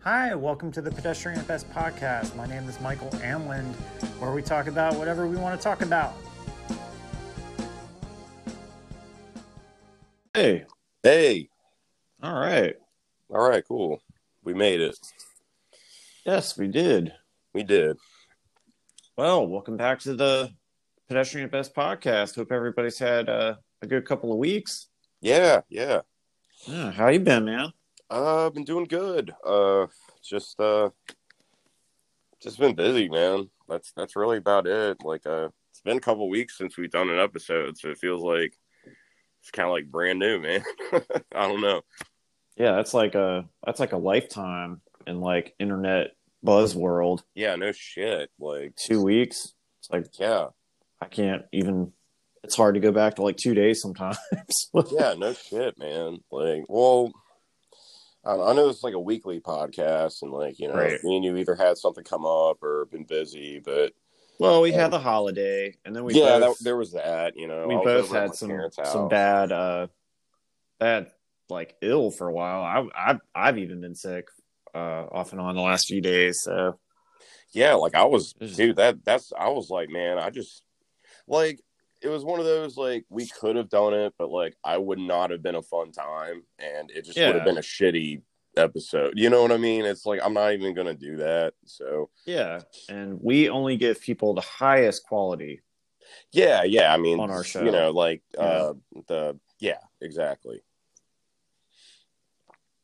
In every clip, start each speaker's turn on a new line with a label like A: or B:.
A: Hi, welcome to the Pedestrian at Best podcast. My name is Michael Amland, where we talk about whatever we want to talk about.
B: Hey,
C: Hey,
B: all right.
C: all right, cool. We made it.
B: Yes, we did.
C: We did.
B: Well, welcome back to the Pedestrian at Best podcast. Hope everybody's had uh, a good couple of weeks.
C: Yeah, yeah.
B: Yeah, how you been, man?
C: Uh, I've been doing good. Uh, just uh, just been busy, man. That's that's really about it. Like, uh, it's been a couple weeks since we've done an episode, so it feels like it's kind of like brand new, man. I don't know.
B: Yeah, that's like a that's like a lifetime in like internet buzz world.
C: Yeah, no shit. Like,
B: Two weeks. It's like
C: yeah,
B: I can't even. It's hard to go back to like two days sometimes.
C: yeah, no shit, man. Like, well, I, I know it's like a weekly podcast, and like you know,
B: Right.
C: me and you either had something come up or been busy, but
B: well, we had the holiday, and then we
C: yeah,
B: both,
C: that, there was that. You know,
B: we
C: I was
B: both
C: over at
B: had
C: my
B: some
C: parents'
B: some
C: house.
B: bad uh bad like ill for a while. I I I've even been sick uh off and on the last few days. So
C: Yeah, like I was,
B: It was-
C: dude. That that's I was like, man, I just like it was one of those like we could have done it, but like I would not have been a fun time, and it just would
B: Yeah.
C: have been a shitty episode. You know what I mean? It's like I'm not even gonna do that. So
B: yeah, and we only give people the highest quality.
C: yeah, yeah. I mean,
B: On our show.
C: you know, like uh, the yeah, exactly.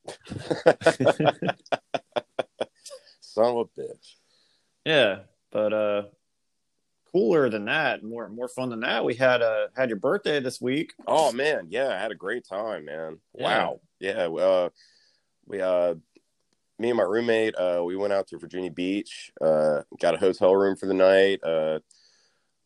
C: Son of a bitch.
B: yeah, but uh cooler than that, more more fun than that. We had uh had your birthday this week.
C: Oh man, yeah, I had a great time, man.
B: Yeah.
C: Wow. Yeah, uh, we uh me and my roommate, uh we went out to Virginia Beach, uh got a hotel room for the night. Uh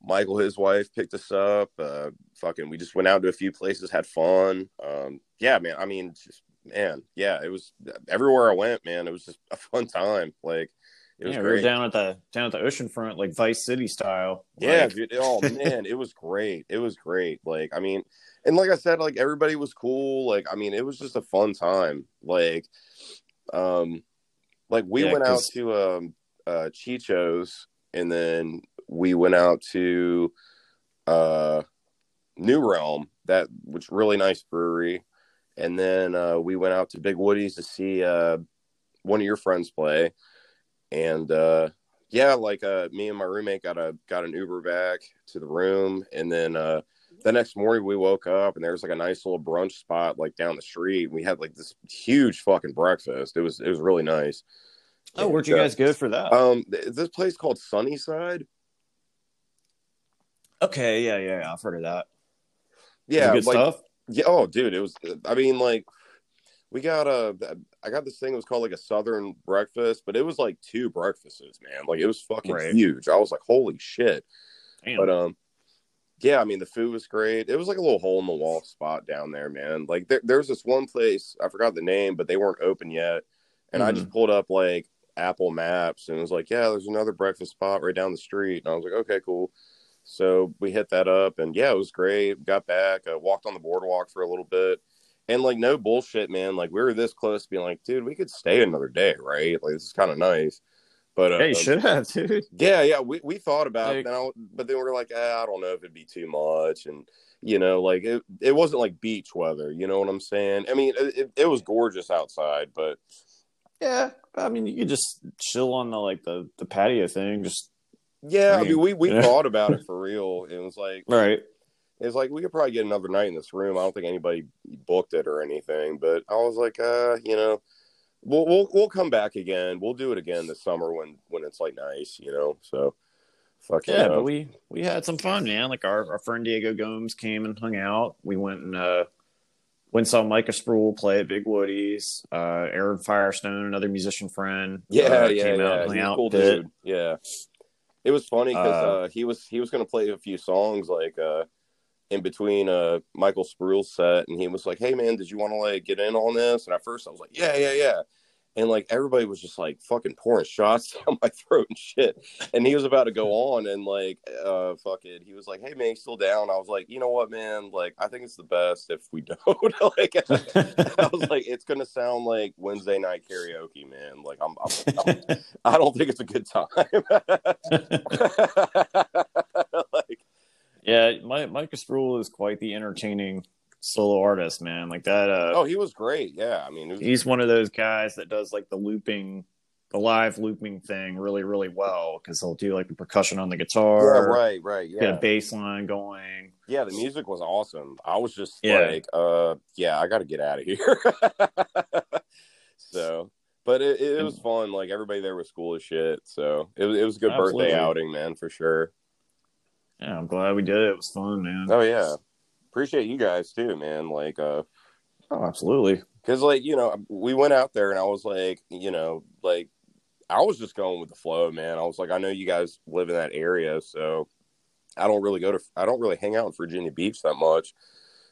C: Michael his wife picked us up. Uh fucking we just went out to a few places, had fun. Um yeah, man. I mean, just man, yeah, it was everywhere I went, man. It was just a fun time. Like it was
B: yeah, we were
C: great.
B: down at the down at the oceanfront, like Vice City style.
C: Yeah,
B: Like,
C: dude. Oh man, it was great. It was great. Like, I mean, and like I said, like everybody was cool. Like, I mean, it was just a fun time. Like, um, like we
B: Yeah,
C: went
B: 'cause-
C: out to um uh Chicho's and then we went out to uh New Realm, that which really nice brewery. And then uh we went out to Big Woody's to see uh one of your friends play. And uh yeah, like uh me and my roommate got a got an Uber back to the room and then uh the next morning we woke up and there was like a nice little brunch spot like down the street. We had like this huge fucking breakfast. It was it was really nice.
B: oh, where'd you
C: Yeah.
B: guys go for that?
C: Um th- this place called Sunnyside.
B: okay, yeah, yeah, yeah, I've heard of that. Was it
C: Yeah,
B: good
C: like
B: stuff.
C: Yeah. Oh, dude, it was. I mean, like, we got a. I got this thing. It was called like a Southern breakfast, but it was like two breakfasts, man. Like it was fucking
B: Right.
C: huge. I was like, holy shit.
B: Damn.
C: But um, yeah. I mean, the food was great. It was like a little hole in the wall spot down there, man. Like there, there's this one place I forgot the name, but they weren't open yet, and I
B: Mm-hmm.
C: just pulled up like Apple Maps and it was like, yeah, there's another breakfast spot right down the street, and I was like, okay, cool. So we hit that up, and yeah, it was great. Got back, uh, walked on the boardwalk for a little bit, and like no bullshit, man. Like we were this close to being like, dude, we could stay another day, right? Like this is kind of nice. But uh,
B: Hey, should have, dude.
C: yeah, yeah, we, we thought
B: Like-
C: about it, and I, but then we are like, ah, I don't know if it'd be too much, and you know, like it, it wasn't like beach weather, you know what I'm saying? I mean, it, it, it was gorgeous outside, but
B: Yeah, I mean, you could just chill on the like the the patio thing, just
C: yeah, I
B: Right.
C: mean, we, we
B: Yeah.
C: thought about it for real, and it was like,
B: right.
C: it's like we could probably get another night in this room. I don't think anybody booked it or anything, but I was like, uh, you know, we'll we'll we'll come back again. We'll do it again this summer when when it's like nice, you know. So, fucking
B: Yeah,
C: uh,
B: but we we had some fun, man. Like our, our friend Diego Gomes came and hung out. We went and uh went and saw Micah Sproul play at Big Woody's. Uh, Aaron Firestone, another musician friend,
C: Yeah,
B: uh,
C: yeah,
B: came
C: yeah.
B: out and
C: He's
B: hung
C: a
B: out.
C: cool
B: with it.
C: dude. Yeah, it was funny because
B: Uh,
C: uh, he was he was gonna play a few songs like uh, in between uh, Michael Spruill's set, and he was like, "Hey man, did you want to like get in on this?" And at first I was like, "Yeah, yeah, yeah," and like everybody was just like fucking pouring shots down my throat and shit. And he was about to go on and like uh fucking he was like, Hey man, you still down? I was like, you know what, man, like I think it's the best if we don't like I was like, it's gonna sound like Wednesday night karaoke, man. Like I'm, I'm, I'm I don't think it's a good time. like
B: yeah, Mike, Micah Sproul is quite the entertaining solo artist, man. Like that. Uh,
C: oh, he was great. Yeah, I mean, it was,
B: he's one of those guys that does like the looping, the live looping thing really, really well because he'll do like the percussion on the
C: yeah,
B: guitar,
C: right, right,
B: get
C: yeah,
B: a bass line going.
C: yeah. The music was awesome. I was just
B: Yeah.
C: like, uh, yeah, I got to get out of here. so, but it, it, was fun. Like everybody there was cool as shit. So it was it was a good
B: Absolutely.
C: birthday outing, man, for sure.
B: Yeah, I'm glad we did it. It was fun, man.
C: Oh yeah, appreciate you guys too, man. Like, uh,
B: Oh, absolutely.
C: Cause like you know, we went out there and I was like, you know, like I was just going with the flow, man. I was like, I know you guys live in that area, so I don't really go to, I don't really hang out in Virginia Beach that much.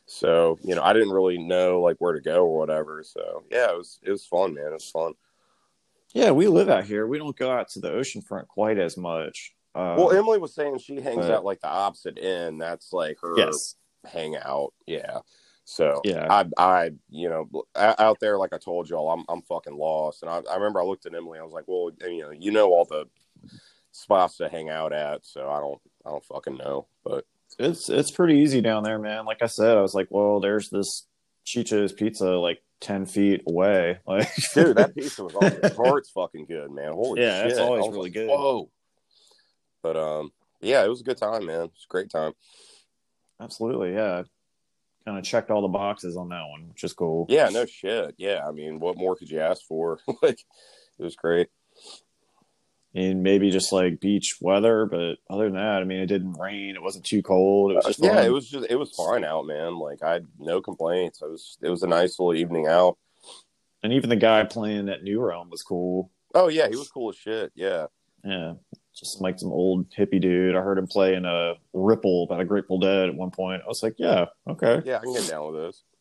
C: So you know, I didn't really know like where to go or whatever. So yeah, it was it was fun, man. It was fun.
B: Yeah, we live out here. We don't go out to the ocean front quite as much. Uh,
C: well, Emily was saying she hangs
B: but-
C: out like the opposite end. That's like her
B: yes,
C: hangout. Yeah. So
B: yeah.
C: I, I, you know, o- out there, like I told y'all, I'm, I'm fucking lost. And I, I remember I looked at Emily, I was like, well, you know, you know all the spots to hang out at, so I don't, I don't fucking know. But
B: it's it's pretty easy down there, man. Like I said, I was like, well, there's this Chicho's pizza like ten feet away. Like,
C: dude, that pizza was off the charts, fucking good, man. Holy
B: Yeah,
C: shit,
B: it's always
C: I was
B: really
C: like,
B: good.
C: Whoa. But um, yeah, it was a good time, man. It was a great time.
B: absolutely, yeah. Kind of checked all the boxes on that one, which is cool.
C: Yeah, no shit. Yeah, I mean, what more could you ask for? like, it was great.
B: and maybe just like beach weather. But other than that, I mean, it didn't rain. It wasn't too cold. It was
C: Uh,
B: just
C: yeah,
B: fun.
C: it was just it was fine out, man. Like I had no complaints. It was it was a nice little evening out.
B: And even the guy playing at New Realm was cool.
C: Oh yeah, he was cool as shit. Yeah.
B: Yeah, just like some old hippie dude. I heard him play in a Ripple by the Grateful Dead at one point. I was like, yeah, okay.
C: Yeah, I can get down with those.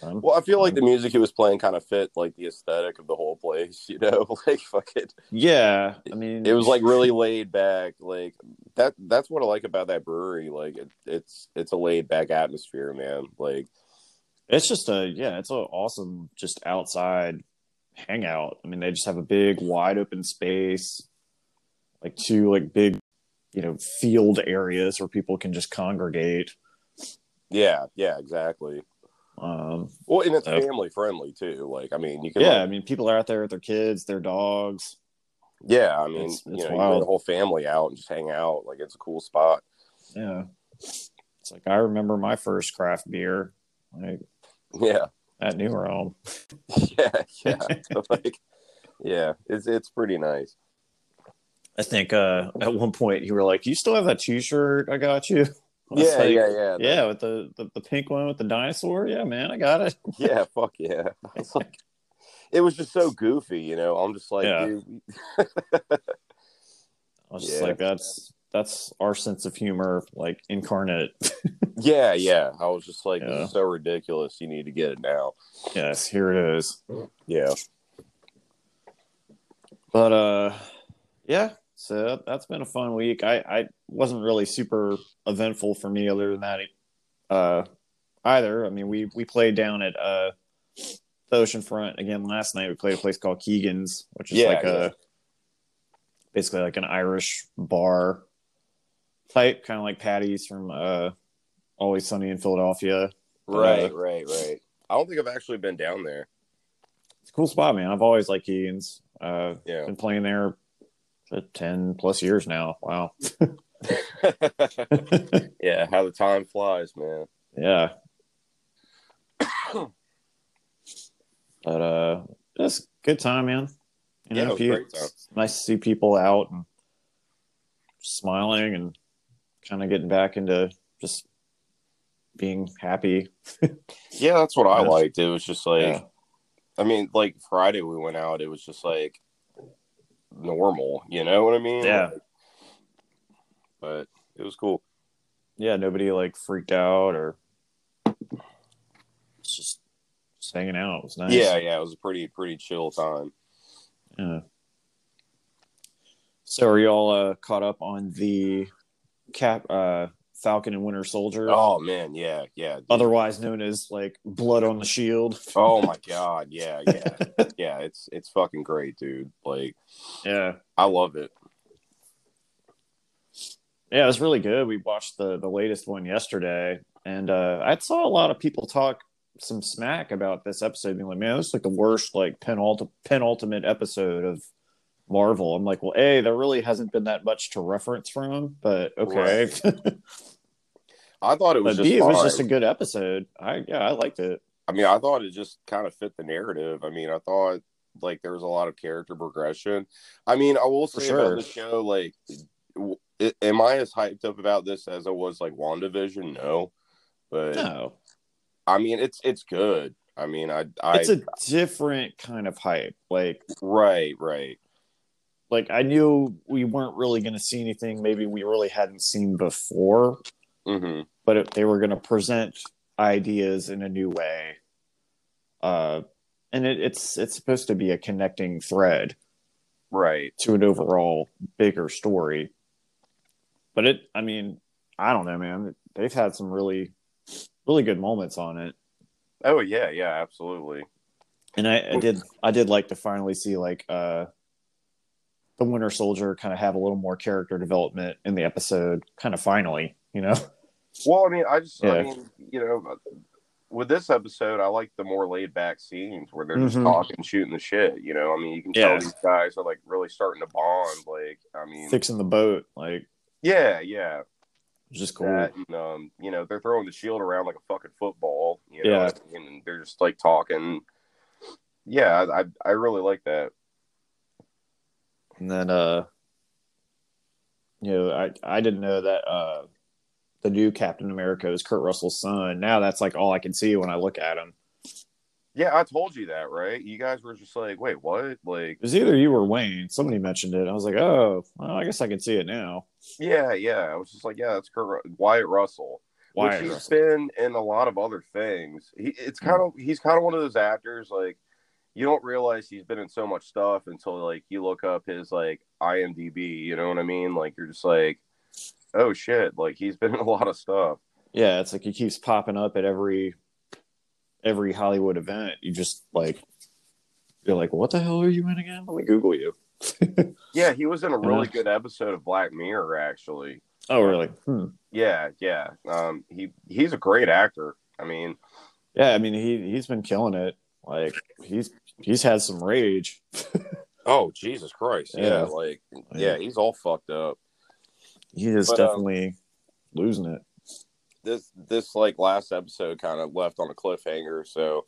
B: Um,
C: Well, I feel like the music he was playing kind of fit like the aesthetic of the whole place, you know? like fuck it.
B: yeah, I mean,
C: It was like really laid back. Like that that's what I like about that brewery. Like it, it's it's a laid back atmosphere, man. Like
B: it's just a yeah, it's an awesome just outside hangout. I mean, they just have a big wide open space, like two like big, you know, field areas where people can just congregate.
C: yeah, yeah, exactly.
B: Um,
C: Well, and it's
B: Uh,
C: family friendly too. Like I mean, you can
B: yeah,
C: like,
B: I mean, people are out there with their kids, their dogs.
C: yeah, I mean,
B: It's-
C: you
B: it's
C: know, you bring
B: wild.
C: the whole family out and just hang out. Like it's a cool spot.
B: Yeah, it's like I remember my first craft beer like
C: Yeah.
B: at New Realm.
C: Yeah, yeah. like yeah, it's it's pretty nice.
B: I think uh, at one point you were like, "You still have that T-shirt? I got you." I was
C: Yeah,
B: like,
C: yeah, yeah,
B: yeah, with the, the the pink one with the dinosaur. Yeah, man, I got it.
C: yeah, fuck yeah. I was like, it was just so goofy, you know. I'm just like,
B: Yeah.
C: dude,
B: I was just
C: Yeah.
B: like, "That's that's our sense of humor, like incarnate."
C: yeah, yeah. I was just like,
B: Yeah.
C: this is so ridiculous. You need to get it now.
B: yes, here it is.
C: Yeah,
B: But uh, yeah. So that- that's been a fun week. I I wasn't really super eventful for me other than that. Uh, either. I mean, we we played down at uh the oceanfront again last night. We played a place called Keegan's, which is
C: Yeah,
B: like
C: yeah.
B: a basically like an Irish bar type, kind of like Patty's from uh Always Sunny in Philadelphia.
C: right,
B: Uh,
C: right, right. I don't think I've actually been down there.
B: It's a cool spot, man. I've always liked Keegan's. Uh,
C: Yeah,
B: been playing there for ten plus years now. Wow.
C: yeah. How the time flies, man.
B: Yeah. but uh it's a good time, man. You
C: Yeah,
B: know,
C: it was
B: if you-
C: great time.
B: it's nice to see people out and smiling and kind of getting back into just being happy.
C: Yeah, that's what I
B: Yeah.
C: liked. It was just like,
B: Yeah.
C: I mean, like Friday we went out. It was just like normal. You know what I mean?
B: Yeah.
C: but it was cool.
B: Yeah, nobody like freaked out or it's just just hanging out. It was nice.
C: Yeah, yeah, it was a pretty pretty chill time.
B: Yeah. So are y'all uh, caught up on the cap uh, Falcon and Winter Soldier,
C: Oh man, yeah, yeah. dude.
B: otherwise known as like Blood on the Shield?
C: Oh my god, yeah, yeah, yeah. It's it's fucking great, dude. Like
B: Yeah,
C: I love it.
B: yeah, it was really good. We watched the the latest one yesterday, and uh, I saw a lot of people talk some smack about this episode, being like, "Man, this is like the worst like penulti- penultimate episode of." Marvel. I'm like, well, a there really hasn't been that much to reference from, but okay.
C: Right. I thought it was
B: but
C: just.
B: B, it was
C: fine.
B: just a good episode. I yeah, I liked it.
C: I mean, I thought it just kind of fit the narrative. I mean, I thought like there was a lot of character progression. I mean, I will
B: For
C: say about
B: sure.
C: the show, like, w- i- am I as hyped up about this as I was like WandaVision? No, but
B: No,
C: I mean, it's it's good. I mean, I, I
B: it's a different kind of hype. Like,
C: right, right,
B: like I knew we weren't really going to see anything. Maybe we really hadn't seen before,
C: hmm
B: but it, they were going to present ideas in a new way. Uh, and it, it's it's supposed to be a connecting thread
C: right.
B: to an overall bigger story. But it, I mean, I don't know, man. They've had some really, really good moments on it.
C: Oh yeah, yeah, absolutely.
B: and I, I did I did like to finally see like uh the Winter Soldier kind of have a little more character development in the episode, kind of finally, you know.
C: Well, I mean, I just, I
B: Yeah.
C: mean, you know, with this episode, I like the more laid back scenes where they're just
B: Mhm.
C: talking, shooting the shit. You know, I mean, you can tell
B: Yeah.
C: these guys are like really starting to bond. Like, I mean,
B: Fixing the boat, like
C: yeah, yeah,
B: it's just cool.
C: that, and, um, you know, they're throwing the shield around like a fucking football. You know,
B: Yeah.
C: and they're just like talking. Yeah, I, I, I really like that.
B: And then uh you know, I I didn't know that uh the new Captain America is Kurt Russell's son. Now that's like all I can see when I look at him.
C: Yeah, I told you that, right? You guys were just like, wait, what? Like,
B: It was either you or Wayne. Somebody mentioned it. I was like, oh, well, I guess I can see it now.
C: yeah, yeah. I was just like, yeah, that's Kurt Ru- Wyatt Russell.
B: Why?
C: which he's been in a lot of other things. He it's kind of he's kind of one of those actors like you don't realize he's been in so much stuff until like you look up his like IMDb. You know what I mean? Like you're just like, oh shit! Like he's been in a lot of stuff.
B: yeah it's like he keeps popping up at every every hollywood event you just like you're like what the hell are you in again let me google you
C: Yeah, he was in a really
B: Yeah.
C: good episode of Black Mirror actually.
B: oh really hmm.
C: Yeah, yeah. Um, he he's a great actor. I mean,
B: yeah i mean he he's been killing it like he's he's had some rage
C: oh Jesus Christ!
B: Yeah.
C: like he's all fucked up.
B: he is
C: But, um,
B: definitely losing it
C: this this like last episode kind of left on a cliffhanger. So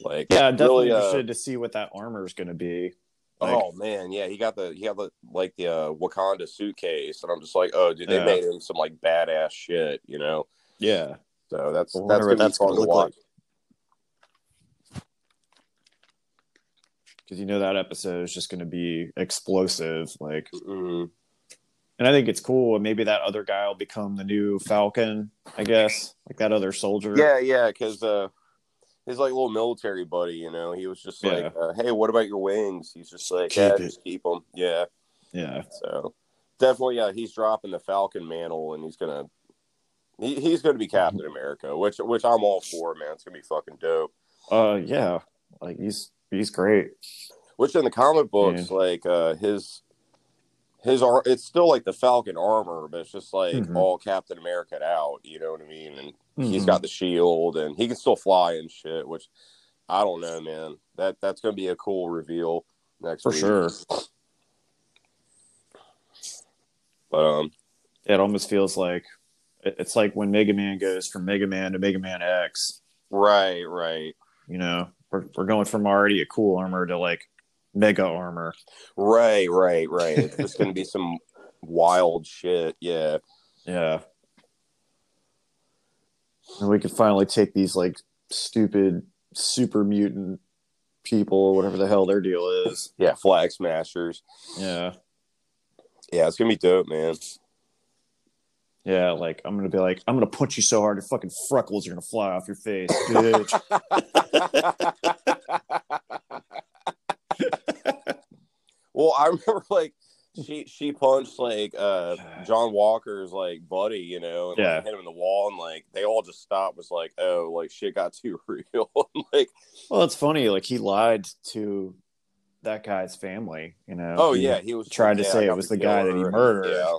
C: like
B: yeah I'm definitely
C: really, uh,
B: interested to see what that armor is going to be Like,
C: oh man, yeah, he got the he got the like the uh, Wakanda suitcase, and I'm just like, oh, dude, they
B: Yeah.
C: made him some like badass shit, you know.
B: yeah
C: So that's
B: I wonder what
C: that's gonna be
B: that's
C: fun
B: gonna
C: to
B: look
C: watch.
B: like. because you know that episode is just going to be explosive like
C: Mhm.
B: and I think it's cool. And maybe that other guy will become the new Falcon, I guess, like that other soldier.
C: Yeah, yeah, because uh, his like little military buddy, you know, he was just like, uh, hey, what about your wings? He's just like,
B: Keep
C: yeah,
B: it.
C: just keep them, yeah.
B: yeah,
C: So definitely, yeah, he's dropping the Falcon mantle, and he's gonna he, he's gonna be Captain
B: Mm-hmm.
C: America, which which I'm all for, man. It's gonna be fucking dope.
B: uh, yeah. Like he's he's great.
C: Which in the comic books, like uh, his his ar- it's still like the Falcon armor, but it's just like
B: Mhm.
C: all Captain America out. You know what I mean? And he's
B: Mm-hmm.
C: got the shield, and he can still fly and shit. Which I don't know, man. That that's gonna be a cool reveal next
B: for
C: week.
B: sure.
C: But um,
B: It almost feels like it- it's like when Mega Man goes from Mega Man to Mega Man X.
C: right, right.
B: You know, we're we're going from already a cool armor to like mega armor.
C: Right, right, right. It's just going to be some wild shit. Yeah.
B: Yeah. And we could finally take these like stupid super mutant people, whatever the hell their deal is.
C: Yeah. Flag smashers.
B: Yeah.
C: Yeah. It's going to be dope, man.
B: Yeah, like I'm gonna be like, I'm gonna punch you so hard your fucking freckles are gonna fly off your face, bitch.
C: well, I remember like she she punched like uh John Walker's like buddy, you know, and like,
B: Yeah.
C: hit him in the wall, and like they all just stopped. Was like, oh, like shit got too real. I'm like,
B: well, it's funny. Like he lied to that guy's family. You know.
C: oh
B: He-
C: yeah, he was
B: tried to
C: yeah,
B: say
C: I
B: it
C: got
B: was
C: the
B: the guy that he
C: killer, and-
B: murdered.
C: Yeah.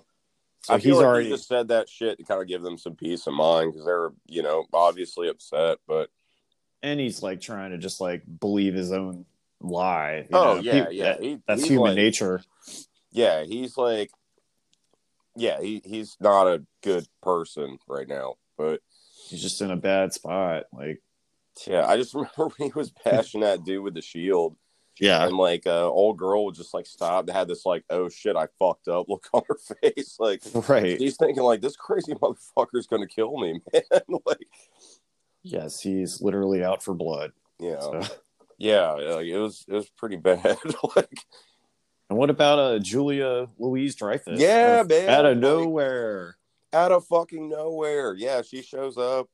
B: So
C: I feel
B: he's
C: like
B: already.
C: he just said that shit to kind of give them some peace of mind because they're you know obviously upset, but
B: and he's like trying to just like believe his own lie. you
C: oh
B: know?
C: yeah,
B: He-
C: yeah,
B: that-
C: he-
B: that's
C: he's,
B: human
C: like-
B: nature.
C: Yeah, he's like, yeah, he, he's not a good person right now, but
B: He's just in a bad spot. Like
C: yeah, I just remember when he was bashing that dude with the shield,
B: yeah,
C: and like uh, old girl would just like stop and had this like, oh shit, I fucked up look on her face, like
B: right.
C: she's thinking like this crazy motherfucker's gonna kill me, man, like
B: Yes, he's literally out for blood.
C: you know.
B: So.
C: Yeah, like it was it was pretty bad. like
B: And what about uh, Julia Louise Dreyfus?
C: Yeah, man.
B: out of
C: Like-
B: nowhere.
C: out of fucking nowhere. Yeah, she shows up.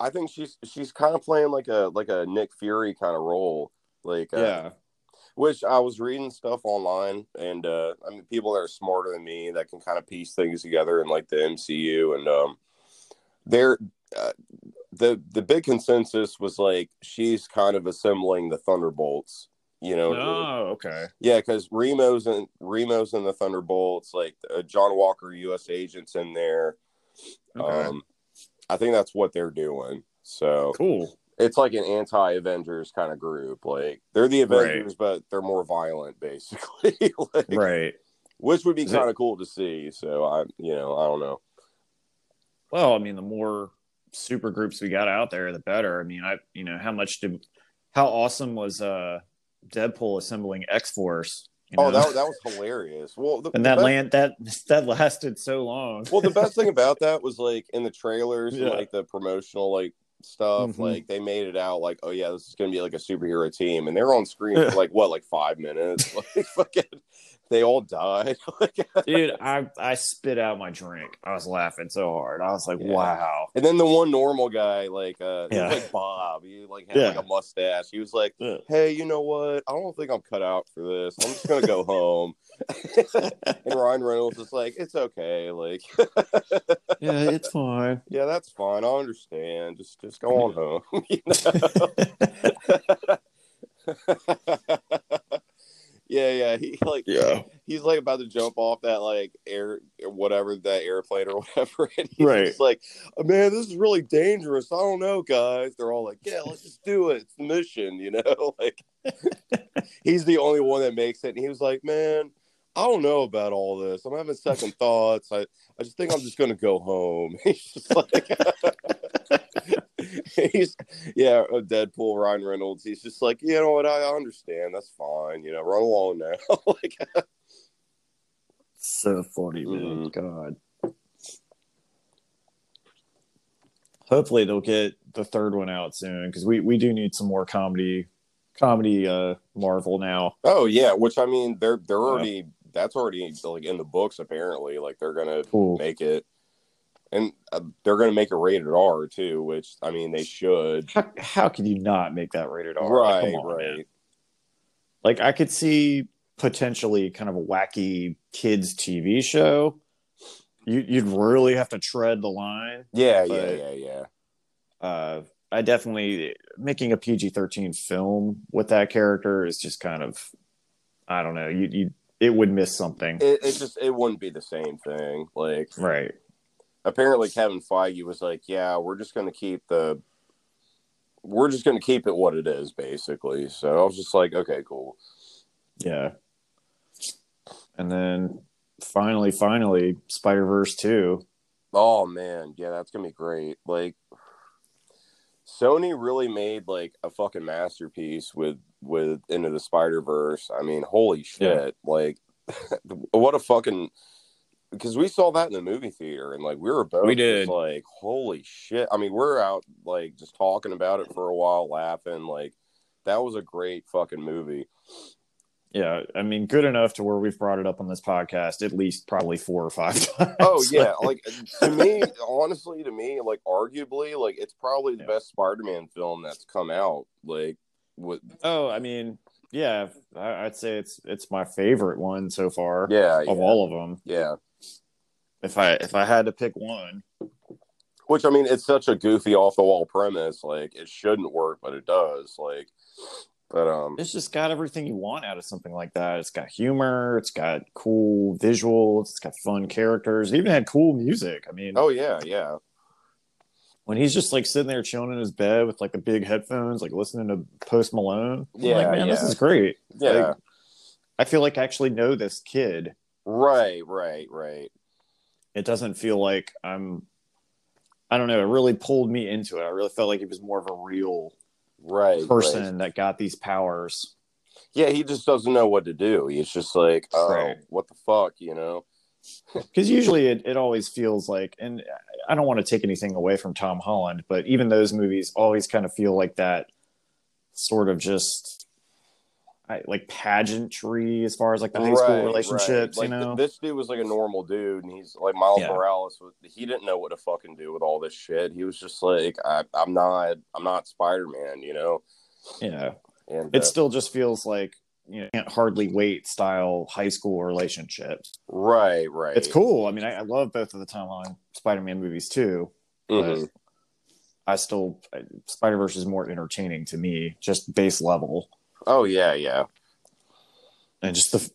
C: I think she's she's kind of playing like a like a Nick Fury kind of role. Like uh,
B: Yeah,
C: which I was reading stuff online, and uh, I mean, people that are smarter than me that can kind of piece things together in like the MCU, and um, there, uh, the the big consensus was like she's kind of assembling the Thunderbolts, you know. what I mean?
B: Oh, okay.
C: Yeah, because Remo's and Remo's and the Thunderbolts, like uh, John Walker, U.S. agents in there.
B: Okay.
C: Um, I think that's what they're doing. So
B: cool.
C: it's like an anti-Avengers kind of group. Like they're the Avengers, but they're more violent, basically. like,
B: Right.
C: Which would be
B: Is it-
C: kind of cool to see. So I, you know, I don't know.
B: Well, I mean, the more super groups we got out there, the better. I mean, I you know how much did how awesome was uh Deadpool assembling X Force?
C: Oh, that that was hilarious. Well, the,
B: and
C: the
B: that
C: best-
B: land that that lasted so long.
C: well, the best thing about that was like in the trailers, and,
B: Yeah.
C: like the promotional like stuff,
B: Mhm.
C: like they made it out like, oh yeah, this is gonna be like a superhero team, and they're on screen for like what, like five minutes, like fucking, they all died. Like,
B: Dude, I I spit out my drink. I was laughing so hard. I was like,
C: Yeah.
B: wow.
C: and then the one normal guy, like uh, he was,
B: Yeah.
C: like Bob, he like had like
B: Yeah.
C: a mustache. He was like,
B: Yeah.
C: hey, you know what? I don't think I'm cut out for this. I'm just gonna go home. and Ryan Reynolds is like, it's okay, like
B: Yeah, it's fine.
C: yeah, that's fine. I understand. Just just go on home. you know? yeah, yeah. He like
B: Yeah.
C: he's like about to jump off that like air whatever that airplane or whatever. And he's
B: Right.
C: just like, "Oh, man, this is really dangerous. I don't know, guys. They're all like, Yeah, let's just do it. It's the mission, you know? Like he's the only one that makes it. And he was like, Man, I don't know about all this. I'm having second thoughts. I, I just think I'm just gonna go home. He's just like He's yeah, Deadpool, Ryan Reynolds. He's just like, you know what, I understand. That's fine. You know, run along now. like
B: So funny, man.
C: Mhm.
B: God. Hopefully they'll get the third one out soon because we, we do need some more comedy comedy uh Marvel now.
C: Oh yeah, which I mean, they're they're
B: Yeah.
C: already that's already like in the books apparently. Like they're gonna
B: Cool.
C: make it, and uh, they're gonna make it rated R too. Which I mean, they should.
B: How how could you not make that rated R? Like,
C: Right,
B: come on, man.
C: right.
B: Like I could see potentially kind of a wacky kids TV show. You you'd really have to tread the line.
C: Yeah, yeah,
B: But-
C: yeah, yeah.
B: Uh I definitely making a PG thirteen film with that character is just kind of I don't know, you you it would miss something.
C: It, it just it wouldn't be the same thing. Like
B: right.
C: apparently, Kevin Feige was like, "Yeah, we're just gonna keep the." We're just going to keep it what it is, basically. So I was just like, okay, cool.
B: Yeah. And then finally, finally, Spider Verse two.
C: Oh man, yeah, that's gonna be great. Like Sony really made like a fucking masterpiece with with Into the Spider Verse. I mean, holy shit! Like, what a fucking because we saw that in the movie theater and like we were both
B: We did.
C: just, like holy shit. I mean, we're out like just talking about it for a while, laughing. Like that was a great fucking movie.
B: Yeah, I mean, good enough to where we've brought it up on this podcast at least probably four or five times.
C: Oh yeah, like to me, honestly, to me, like arguably, like it's probably the
B: Yeah.
C: best Spider-Man film that's come out. Like, what?
B: oh, I mean, yeah, I, I'd say it's it's my favorite one so far
C: Yeah,
B: of
C: yeah,
B: all of them.
C: yeah.
B: If I if I had to pick one,
C: Which I mean, it's such a goofy, off-the-wall premise. Like, it shouldn't work, but it does. Like, but um,
B: it's just got everything you want out of something like that. It's got humor, it's got cool visuals, it's got fun characters, it even had cool music. I mean,
C: oh yeah, yeah,
B: when he's just like sitting there chilling in his bed with like the big headphones, like listening to Post Malone, I'm
C: Yeah,
B: like, man, this
C: yeah.
B: is great.
C: yeah.
B: Like, I feel like I actually know this kid.
C: right, right, right.
B: It doesn't feel like I'm. I don't know. It really pulled me into it. I really felt like he was more of a real
C: Right
B: person
C: right.
B: that got these powers.
C: Yeah, he just doesn't know what to do. He's just like, oh,
B: Right.
C: what the fuck, you know?
B: Because usually it, it always feels like, and I don't want to take anything away from Tom Holland, but even those movies always kind of feel like that sort of just I, like pageantry as far as like the high
C: Right,
B: school
C: right.
B: relationships,
C: Like,
B: you
C: th-
B: know?
C: this dude was like a normal dude, and he's like Miles
B: Yeah.
C: Morales. Was, he didn't know what to fucking do with all this shit. He was just like, I, I'm not, I'm not Spider Man, you know.
B: yeah.
C: And uh,
B: It
C: it's
B: still just feels like, you know, can't hardly wait style high school relationships.
C: right, right.
B: It's cool. I mean, I, I love both of the Tom Holland Spider-Man movies too.
C: Mhm.
B: I still Spider Verse is more entertaining to me, just base level,
C: Oh yeah, yeah,
B: and just the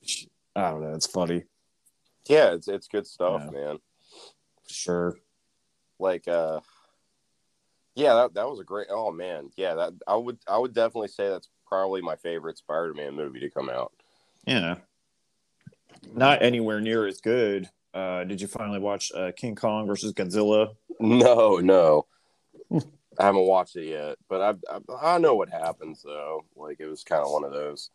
B: I don't know. It's funny,
C: yeah. It's it's good stuff,
B: Yeah.
C: man.
B: sure.
C: Like, uh, yeah, that that was a great. Oh man, yeah. That I would I would definitely say that's probably my favorite Spider Man movie to come out.
B: Yeah, not anywhere near as good. Uh, did you finally watch uh, King Kong versus Godzilla?
C: No, no. I haven't watched it yet, but I, I I know what happens though. Like it was kind of one of those.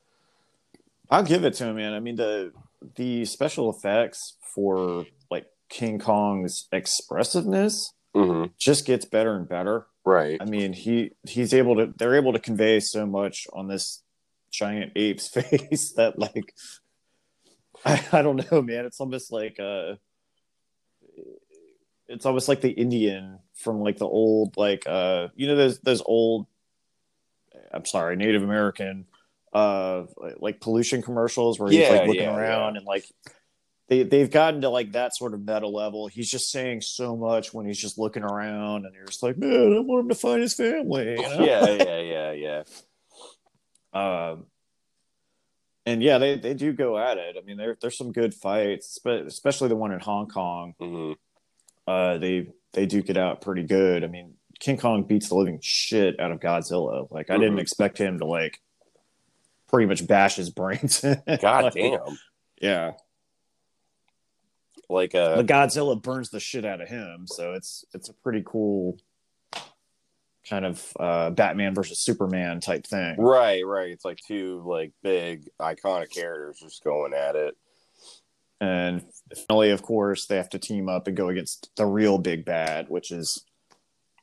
B: I'll give it to him, man. I mean the the special effects for like King Kong's expressiveness
C: Mm-hmm.
B: just gets better and better.
C: Right.
B: I mean, he he's able to. They're able to convey so much on this giant ape's face that, like, I, I don't know, man. It's almost like uh, it's almost like the Indian from like the old, like uh, you know, those those old. I'm sorry, Native American, uh, like pollution commercials where he's
C: Yeah,
B: like looking
C: yeah,
B: around and like. They, they've gotten to like that sort of meta level. He's just saying so much when he's just looking around, and you're just like, man, I want him to find his family. you know?
C: Yeah, yeah, yeah, yeah.
B: Um, and yeah, they, they do go at it. I mean, there there's some good fights, but especially the one in Hong Kong.
C: hmm
B: Uh, they they duke it out pretty good. I mean, King Kong beats the living shit out of Godzilla. Like, I didn't
C: Mhm.
B: expect him to like pretty much bash his brains. in.
C: God
B: Like,
C: damn.
B: Yeah,
C: Like uh,
B: but Godzilla burns the shit out of him. So it's it's a pretty cool kind of uh, Batman versus Superman type thing.
C: right, right. It's like two like big iconic characters just going at it.
B: And finally, of course, they have to team up and go against the real big bad, which is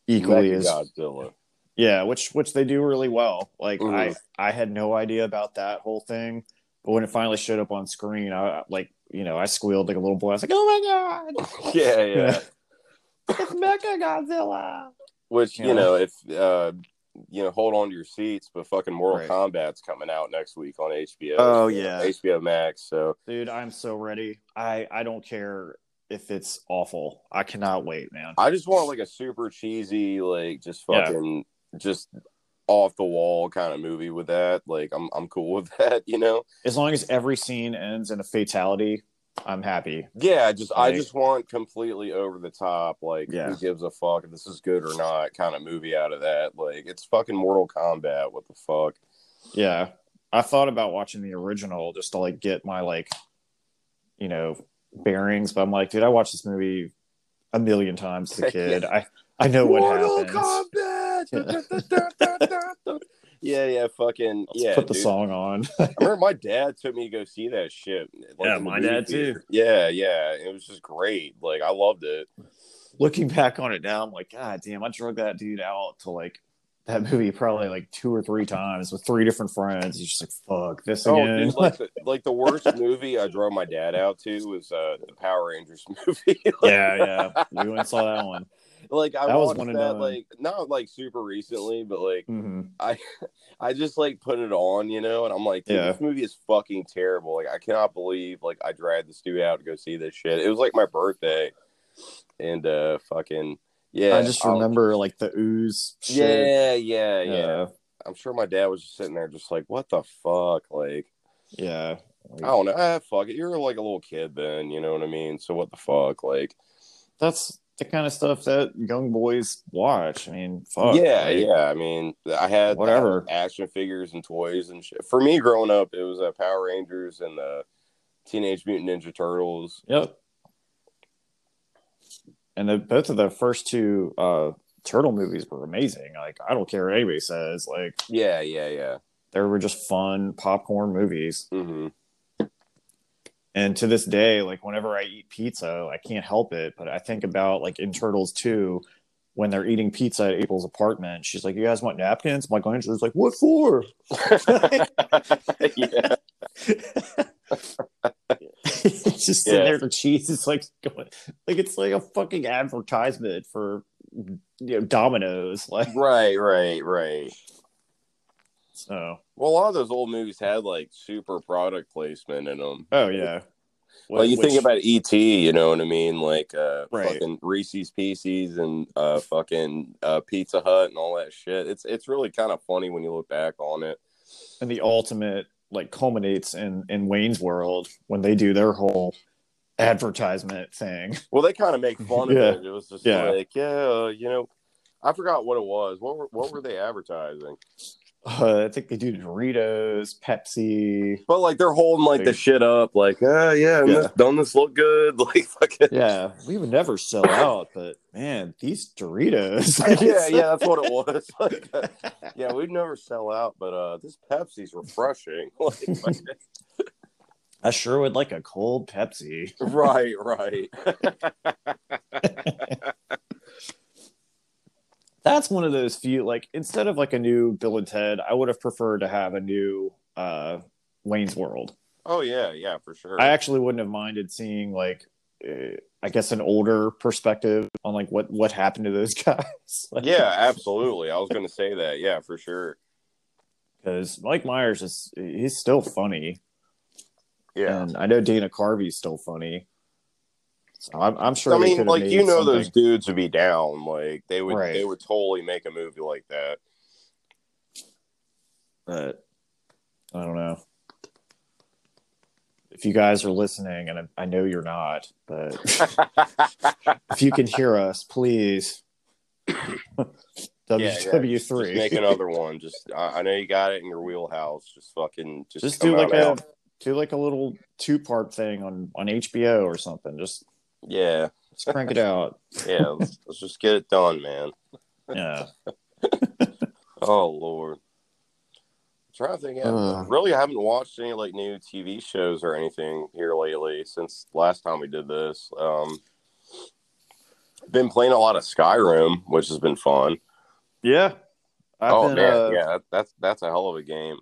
B: equally as
C: Godzilla.
B: yeah, which which they do really well. Like
C: Mhm.
B: I I had no idea about that whole thing, but when it finally showed up on screen, I like you know I squealed like a little boy. I was like, oh my god,
C: Yeah, yeah.
B: it's Mecha Godzilla.
C: Which you
B: Yeah.
C: know, if uh, you know, hold on to your seats, but fucking Mortal
B: Right.
C: Kombat's coming out next week on HBO.
B: Oh, yeah.
C: HBO Max. So
B: Dude, I'm so ready. I I don't care if it's awful. I cannot wait, man.
C: I just want like a super cheesy, like just
B: Yeah.
C: fucking just off the wall kind of movie with that. Like I'm I'm cool with that, you know?
B: As long as every scene ends in a fatality, I'm happy.
C: Yeah, just
B: Right.
C: I just want completely over the top, like
B: Yeah.
C: who gives a fuck if this is good or not kind of movie out of that. Like it's fucking Mortal Kombat, what the fuck?
B: Yeah. I thought about watching the original just to like get my like you know bearings, but I'm like, dude, I watched this movie a million times as a kid. I I know what happens.
C: Kombat. yeah, yeah, fucking
B: Let's
C: yeah.
B: put the
C: dude.
B: song on.
C: I remember my dad took me to go see that shit. like,
B: Yeah,
C: in the
B: my
C: movie
B: dad, too.
C: theater. Yeah, yeah. It was just great. Like I loved it.
B: Looking back on it now, I'm like, God damn, I drug that dude out to like that movie probably like two or three times with three different friends. He's just like, fuck this
C: Oh,
B: again.
C: dude, like the, like the worst movie I drove my dad out to was uh, the Power Rangers movie. Like-
B: yeah, yeah. We went and saw that one.
C: like I
B: That was
C: watched
B: one and
C: that
B: done.
C: like not like super recently, but like
B: hmm
C: I just like put it on, you know, and I'm like, dude,
B: Yeah.
C: this movie is fucking terrible. Like I cannot believe like I dragged this dude out to go see this shit. It was like my birthday, and uh, fucking yeah,
B: I just
C: I'll-
B: remember like the ooze. Shit.
C: Yeah, yeah, yeah,
B: yeah,
C: I'm sure my dad was just sitting there, just like, what the fuck, like.
B: yeah.
C: I don't know. Ah, fuck it. You're like a little kid then, you know what I mean? So what the fuck? Like,
B: That's the kind of stuff that young boys watch. I mean, fuck.
C: yeah,
B: like,
C: yeah. I mean, I had
B: Whatever.
C: I had action figures and toys and shit. For me, growing up, it was uh, Power Rangers and the Teenage Mutant Ninja Turtles.
B: Yep. And the, both of the first two uh, turtle movies were amazing. Like, I don't care what anybody says. Like,
C: Yeah, yeah, yeah.
B: they were just fun popcorn movies.
C: hmm
B: And to this day, like whenever I eat pizza, I can't help it. But I think about like in Turtles 2, when they're eating pizza at April's apartment, she's like, You guys want napkins? Michelangelo's like, What for?
C: yeah.
B: It's just
C: Yeah.
B: sitting there for cheese. It's like going, like it's like a fucking advertisement for you know Domino's. Like
C: Right, right, right.
B: so.
C: Well, a lot of those old movies had like super product placement in them.
B: Oh yeah.
C: Like you
B: Which-
C: think about ET, you know what I mean? Like uh,
B: Right.
C: fucking Reese's Pieces and uh, fucking uh, Pizza Hut and all that shit. It's it's really kind of funny when you look back on it.
B: and the ultimate like culminates in in Wayne's World when they do their whole advertisement thing.
C: Well, they kind of make fun of
B: Yeah.
C: it. It was just
B: Yeah.
C: like, yeah, uh, you know, I forgot what it was. What were, what were they advertising?
B: Uh, I think they do Doritos, Pepsi.
C: But like they're holding like the shit up, like, uh, yeah, and
B: Yeah.
C: This, don't this look good? Like, fucking,
B: Yeah, we would never sell out, but man, these Doritos.
C: yeah, yeah, that's what it was. Like, uh, yeah, we'd never sell out, but uh, this Pepsi's refreshing. Like, fucking-
B: I sure would like a cold Pepsi.
C: right, right.
B: that's one of those few like instead of like a new bill and ted i would have preferred to have a new uh wayne's world
C: Oh yeah, yeah, for sure.
B: i actually wouldn't have minded seeing like uh, i guess an older perspective on like what what happened to those guys like,
C: yeah, absolutely. I was gonna say that. Yeah, for sure.
B: because mike myers is he's still funny
C: Yeah.
B: and i know dana carvey's still funny so i'm, I'm sure
C: I
B: they
C: mean,
B: could've
C: like
B: made
C: you know,
B: something-
C: those dudes would be down. Like they would,
B: Right.
C: they would totally make a movie like that.
B: but I don't know. If you guys are listening, and I- I know you're not, but if you can hear us, please.
C: yeah.
B: WW3.
C: Just make another one. Just I, I know you got it in your wheelhouse. Just fucking just,
B: Just
C: come
B: do like
C: out
B: a
C: now.
B: do like a little two part thing on on HBO or something. Just,
C: yeah,
B: just crank it out.
C: yeah. let's, let's just get it done, man.
B: Yeah.
C: Oh lord. I'm trying to think. I
B: Ugh.
C: really, I haven't watched any like new TV shows or anything here lately since last time we did this. Um, been playing a lot of Skyrim, which has been fun.
B: Yeah. I've
C: oh
B: been,
C: man,
B: uh,
C: yeah, that- that's that's a hell of a game.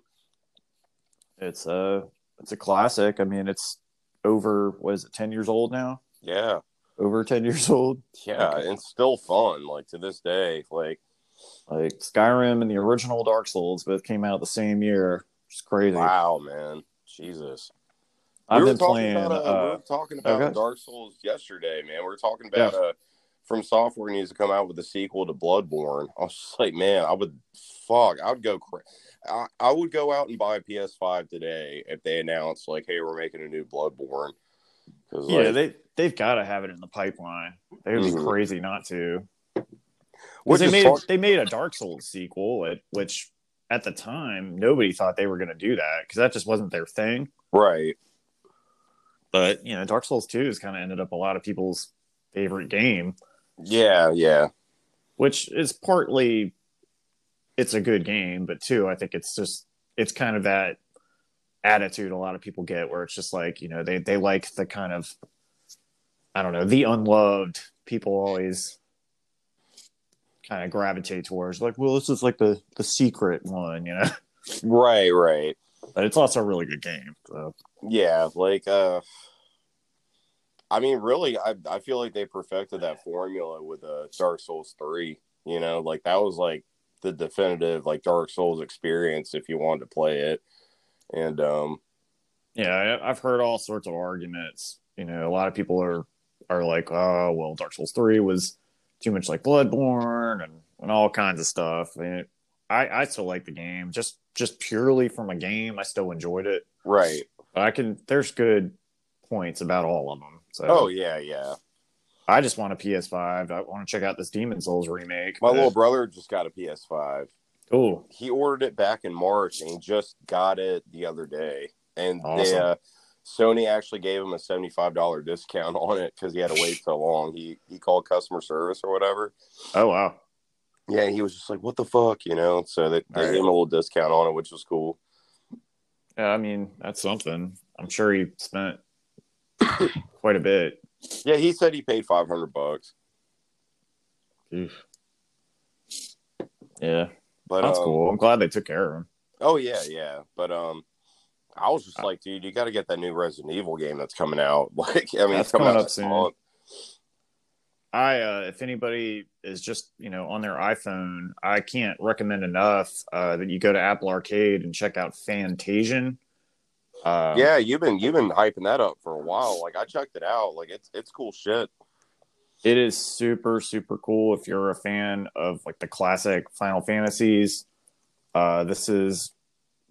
B: It's a it's a classic. I mean, it's over. What is it? Ten years old now.
C: Yeah,
B: Over ten years old.
C: yeah,
B: Okay.
C: and it's still fun. Like to this day, like
B: Like Skyrim and the original Dark Souls both came out the same year. It's crazy.
C: wow, man, Jesus.
B: I've
C: we were
B: been
C: talking
B: playing.
C: About, uh, we
B: uh,
C: were talking about
B: okay.
C: Dark Souls yesterday, man. We were talking about
B: Yeah.
C: uh, from software needs to come out with a sequel to Bloodborne. I was just like, man, I would fuck. I would go. Cra- I, I would go out and buy a PS5 today if they announced like, hey, we're making a new Bloodborne. Because
B: yeah,
C: like,
B: they they've got to have it in the pipeline. They would be
C: Mhm.
B: crazy not to.
C: which
B: Because they
C: is
B: made
C: fun-
B: they made a Dark Souls sequel, at, which at the time nobody thought they were going to do that because that just wasn't their thing.
C: right.
B: But you know, Dark Souls Two has kind of ended up a lot of people's favorite game,
C: Yeah, yeah,
B: which is partly it's a good game, but two, I think it's just it's kind of that attitude a lot of people get where it's just like you know they they like the kind of I don't know the unloved people always kind of gravitate towards. Like, well, this is like the the secret one, you know.
C: Right, right.
B: But it's also a really good game. So.
C: Yeah, like uh I mean really I I feel like they perfected that formula with uh Dark Souls 3, you know, like that was like the definitive like Dark Souls experience if you wanted to play it. And um
B: Yeah, I, I've heard all sorts of arguments. You know, a lot of people are are like, oh well, Dark Souls three was too much like Bloodborne and, and all kinds of stuff. And I I still like the game just just purely from a game. I still enjoyed it.
C: right.
B: But I can there's good points about all of them. So
C: Oh yeah, yeah.
B: I just want a PS five. I want to check out this Demon Souls remake.
C: My
B: but-
C: little brother just got a PS5.
B: cool.
C: He ordered it back in March and he just got it the other day. And
B: Awesome.
C: they, uh, Sony actually gave him a $75 discount on it because he had to wait so long. He he called customer service or whatever.
B: Oh wow.
C: Yeah, he was just like, "What the fuck," you know. So they, they
B: Right.
C: gave him a little discount on it, which was cool.
B: Yeah, I mean that's something. I'm sure he spent quite a bit.
C: Yeah, he said he paid five hundred bucks,
B: Yeah,
C: but
B: that's
C: um,
B: cool. I'm glad they took care of him.
C: Oh yeah, yeah. But um, I was
B: Uh,
C: just like, dude, you got to get that new Resident Evil game that's coming out. Like, I mean,
B: That's
C: it's coming,
B: coming
C: out
B: up
C: this
B: soon.
C: month.
B: I uh, if anybody is just you know on their iPhone, I can't recommend enough uh, that you go to Apple Arcade and check out Fantasian. Uh,
C: yeah, you've been you've been hyping that up for a while. Like, I checked it out. Like, it's it's cool shit.
B: it is super super cool if you're a fan of like the classic Final Fantasies. Uh, this is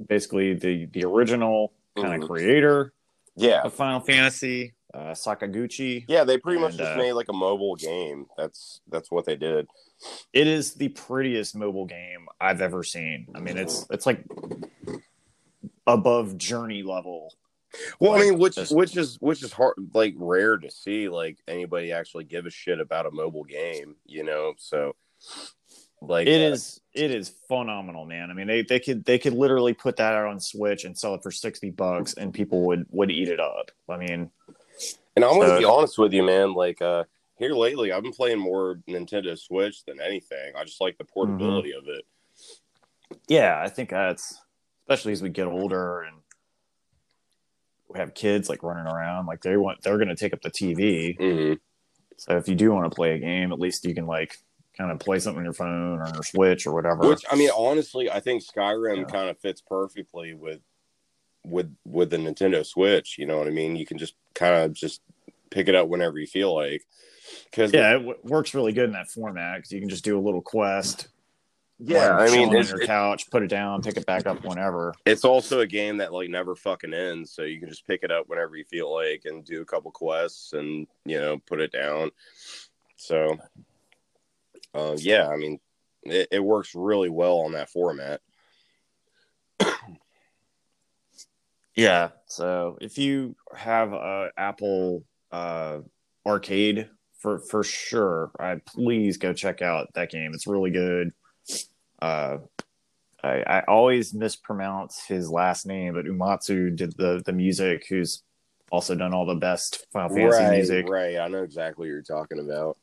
B: basically the the original kind
C: Mhm.
B: of creator
C: Yeah,
B: of Final Fantasy, uh, Sakaguchi.
C: yeah. They pretty much
B: And,
C: just
B: uh,
C: made like a mobile game. That's that's what they did.
B: it is the prettiest mobile game I've ever seen. I mean, it's it's like above Journey level.
C: Well, I
B: Like,
C: mean, which
B: just-
C: which is which is hard, like rare to see, like anybody actually give a shit about a mobile game, you know. So, like,
B: It
C: uh,
B: is it is phenomenal, man. I mean, they they could they could literally put that out on Switch and sell it for sixty bucks, and people would would eat it up. I mean,
C: And I'm gonna
B: So-
C: be honest with you, man. Like uh here lately, I've been playing more Nintendo Switch than anything. I just like
B: Mm-hmm.
C: the portability of it.
B: yeah, I think that's especially as we get older and we have kids like running around, like they want they're going to take up the TV.
C: Mm-hmm.
B: So if you do want to play a game, at least you can like kind of play something on your phone or your Switch or whatever.
C: Which I mean, honestly, I think Skyrim
B: Yeah.
C: kind of fits perfectly with with with the Nintendo Switch. You know what I mean? You can just kind of just pick it up whenever you feel like. Because
B: yeah, it w- works really good in that format because you can just do a little quest.
C: yeah,
B: while
C: I
B: you're
C: mean,
B: chilling
C: it's,
B: on your couch, put it down, pick it back up whenever.
C: it's also a game that like never fucking ends. So you can just pick it up whenever you feel like and do a couple quests and you know put it down. So, uh, yeah, I mean, it, it works really well on that format.
B: Yeah. So if you have a Apple uh, Arcade for for sure, I please go check out that game. It's really good. Uh, I, I always mispronounce his last name, but Umatsu did the the music. Who's also done all the best Final Fantasy
C: right,
B: music.
C: right. I know exactly what you're talking about.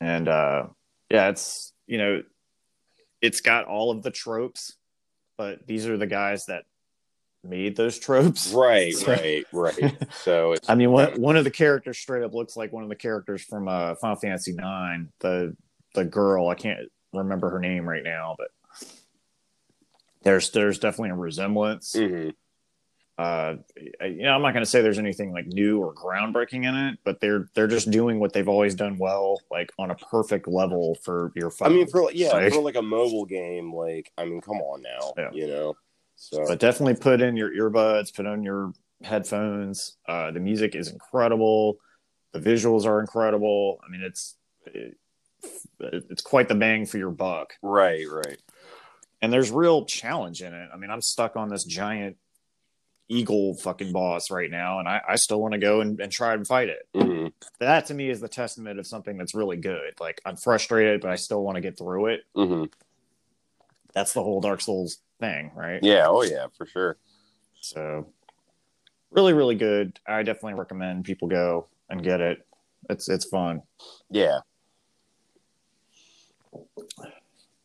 B: and uh yeah it's you know it's got all of the tropes but these are the guys that made those tropes
C: Right,
B: So-
C: right, right. So it's
B: i mean one, one of the characters straight up looks like one of the characters from uh final fantasy 9 the the girl i can't remember her name right now but there's there's definitely a resemblance
C: mhm.
B: uh you know i'm not going to say there's anything like new or groundbreaking in it but they're they're just doing what they've always done well like on a perfect level for your
C: I
B: phone
C: mean, for yeah,
B: Like-
C: for like a mobile game, like I mean, come on now,
B: Yeah.
C: you know. So
B: but definitely put in your earbuds, put on your headphones. Uh, the music is incredible. The visuals are incredible. I mean, it's it, it's quite the bang for your buck.
C: right, right.
B: And there's real challenge in it. I mean, I'm stuck on this giant eagle fucking boss right now, and I, I still want to go and, and try and fight it.
C: hmm
B: That to me is the testament of something that's really good. Like I'm frustrated, but I still want to get through it.
C: hmm
B: That's the whole Dark Souls thing, right?
C: Yeah. Oh yeah, for sure.
B: So really, really good. I definitely recommend people go and get it. It's it's fun.
C: Yeah.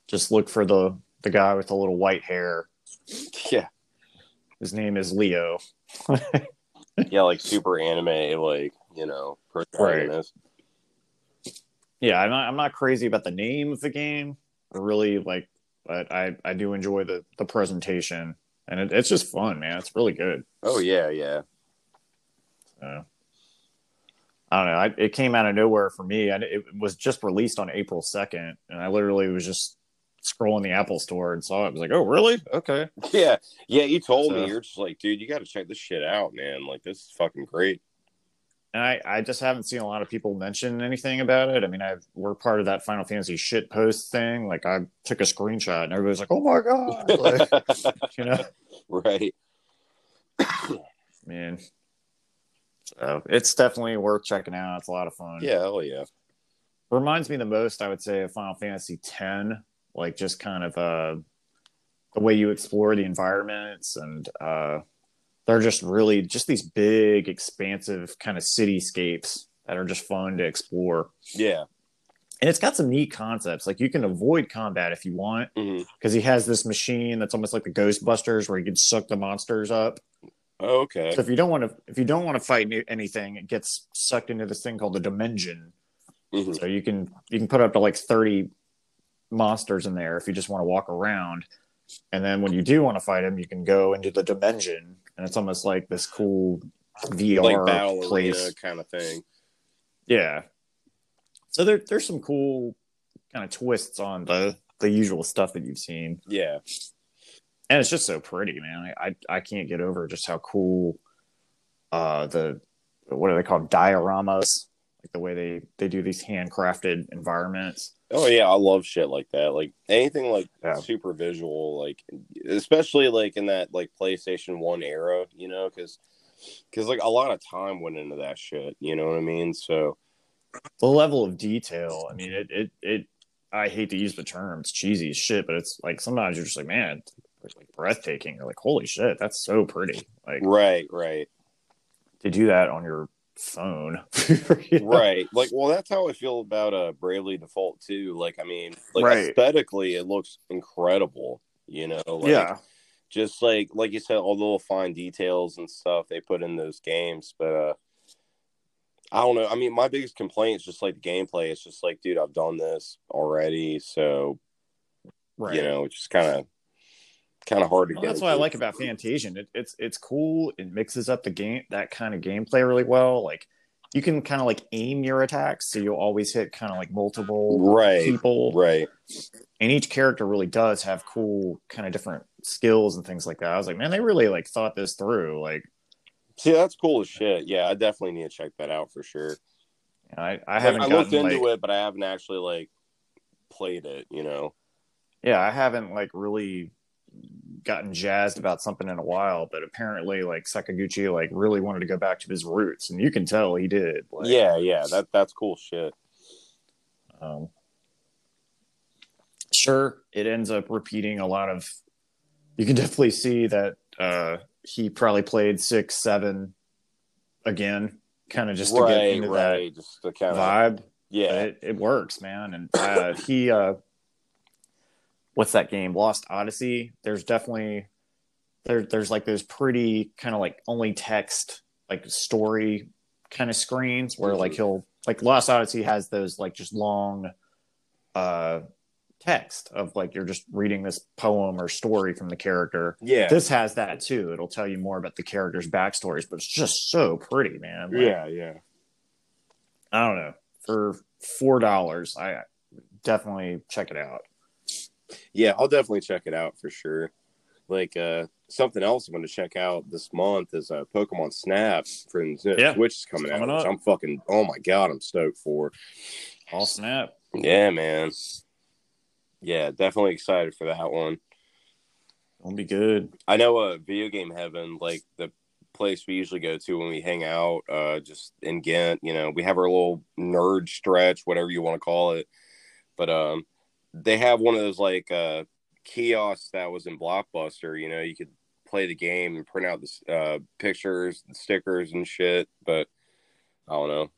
B: Just look for the the guy with the little white hair.
C: Yeah,
B: His name is Leo.
C: yeah, like super anime, like you know, protagonist.
B: Yeah, I'm not I'm not crazy about the name of the game. I really like, but I I do enjoy the the presentation and it, it's just fun, man. It's really good.
C: Oh yeah, yeah.
B: So, I don't know. I, it came out of nowhere for me. I, it was just released on April 2nd, and I literally was just scrolling the Apple store and saw it. I was like, oh, really? Okay.
C: Yeah, yeah. You told
B: So-
C: me you're just like, dude, you got to check this shit out, man. Like this is fucking great.
B: And I, I just haven't seen a lot of people mention anything about it. I mean, I've, we're part of that Final Fantasy shit post thing. Like, I took a screenshot, and everybody's like, oh my God. Like, you know?
C: right?
B: Man. So it's definitely worth checking out. It's a lot of fun.
C: Yeah, hell yeah.
B: reminds me the most i would say of final fantasy 10 like just kind of uh the way you explore the environments and uh they're just really just these big expansive kind of cityscapes that are just fun to explore
C: Yeah.
B: and it's got some neat concepts like you can avoid combat if you want
C: Mhm.
B: because he has this machine that's almost like the ghostbusters where he can suck the monsters up
C: Oh, okay.
B: so if you don't want to if you don't want to fight any- anything it gets sucked into this thing called the dimension
C: Mhm.
B: so you can you can put up to like 30 monsters in there if you just want to walk around. And then when you do want to fight them, you can go into the dimension and it's almost like this cool VR
C: Like battle
B: place.
C: arena kind of thing.
B: Yeah. So there there's some cool kind of twists on the the usual stuff that you've seen.
C: Yeah.
B: And it's just so pretty, man. I I, I can't get over just how cool uh the what are they called dioramas like the way they they do these handcrafted environments.
C: Oh yeah, I love shit like that. Like anything like
B: Yeah.
C: super visual, like especially like in that like PlayStation One era, you know, because because like a lot of time went into that shit. You know what I mean? So
B: the level of detail. I mean, it it it. I hate to use the term; it's cheesy as shit, but it's like sometimes you're just like, man, it's like breathtaking. You're like, holy shit, that's so pretty. Like
C: right, right,
B: to do that on your phone,
C: right. Like well, that's how I feel about uh Bravely Default too. Like I mean, like
B: Right.
C: aesthetically, it looks incredible. You know, like,
B: yeah,
C: just like like you said, all the little fine details and stuff they put in those games. But uh I don't know. I mean, my biggest complaint is just like the gameplay. It's just like, dude, I've done this already, so
B: right.
C: you know, it's just kind of kind of hard to
B: Well,
C: get.
B: that's what I like about Fantasian. It, it's it's cool. It mixes up the game that kind of gameplay really well. Like you can kind of like aim your attacks, so you'll always hit kind of like multiple
C: Right,
B: people.
C: right,
B: and each character really does have cool kind of different skills and things like that. I was like, man, they really like thought this through. Like,
C: see, that's cool as shit. Yeah, I definitely need to check that out for sure.
B: you know, I, I haven't
C: I looked
B: gotten
C: into
B: like,
C: it, but I haven't actually like played it. You know,
B: yeah, I haven't like really gotten jazzed about something in a while. But apparently, like Sakaguchi like really wanted to go back to his roots, and you can tell he did. Like,
C: yeah, yeah, that that's cool shit.
B: Um, sure, it ends up repeating a lot of. You can definitely see that uh, he probably played six, seven again, kind of just to get
C: right,
B: into that
C: right, just the kind of
B: vibe.
C: yeah,
B: But it, it works, man. And uh, he, uh, what's that game? Lost Odyssey. There's definitely there, there's like those pretty kind of like only text like story kind of screens where like
C: Mhm.
B: he'll like Lost Odyssey has those like just long uh text of like you're just reading this poem or story from the character.
C: yeah,
B: This has that too. It'll tell you more about the character's backstories, but it's just so pretty, man. Like,
C: yeah, yeah.
B: I don't know. For four dollars, I definitely check it out.
C: Yeah, I'll definitely check it out for sure. Like uh something else I'm going to check out this month is uh, Pokemon Snap for the
B: Yeah,
C: Switch is coming,
B: coming
C: out. which
B: up.
C: I'm fucking oh my god, I'm stoked for.
B: All snap.
C: Yeah, man. Yeah, definitely excited for that one.
B: Gonna be good.
C: I know uh video game heaven, like the place we usually go to when we hang out, uh just in Ghent, you know, we have our little nerd stretch, whatever you want to call it. But um they have one of those like uh kiosks that was in Blockbuster, you know, you could play the game and print out the s- uh pictures and stickers and shit, but I don't know.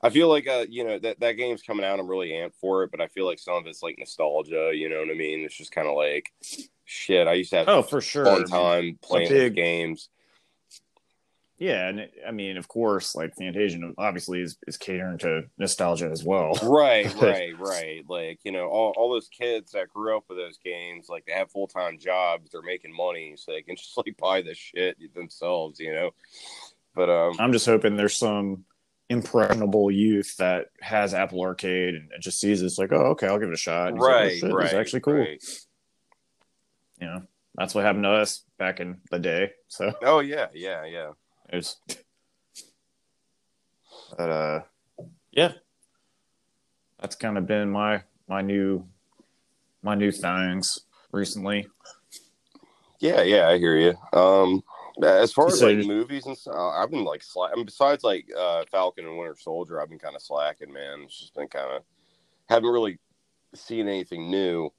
C: I feel like uh, you know that that game's coming out. I'm really amped for it, but I feel like some of it's like nostalgia. You know what I mean? It's just kind of like shit. I used to have
B: Oh, for sure.
C: fun time playing these
B: big-
C: games.
B: Yeah, and I mean, of course, like Fantasia obviously is, is catering to nostalgia as well.
C: Right, right, right. Like you know, all all those kids that grew up with those games, like they have full time jobs, they're making money, so they can just like buy the shit themselves. You know, but um,
B: I'm just hoping there's some impressionable youth that has Apple Arcade and it just sees it's like, oh, okay, I'll give it a shot. And he's like, oh,
C: right,
B: shit, this is
C: right,
B: actually cool.
C: right.
B: You know, that's what happened to us back in the day. So
C: Oh yeah, yeah, yeah.
B: it was. But uh, yeah, that's kind of been my my new my new things recently.
C: Yeah, yeah, I hear you. Um, as far as
B: So-
C: like movies and stuff, I've been like slack. I mean, besides like uh, Falcon and Winter Soldier, I've been kind of slacking, man. It's just been kind of haven't really seen anything new.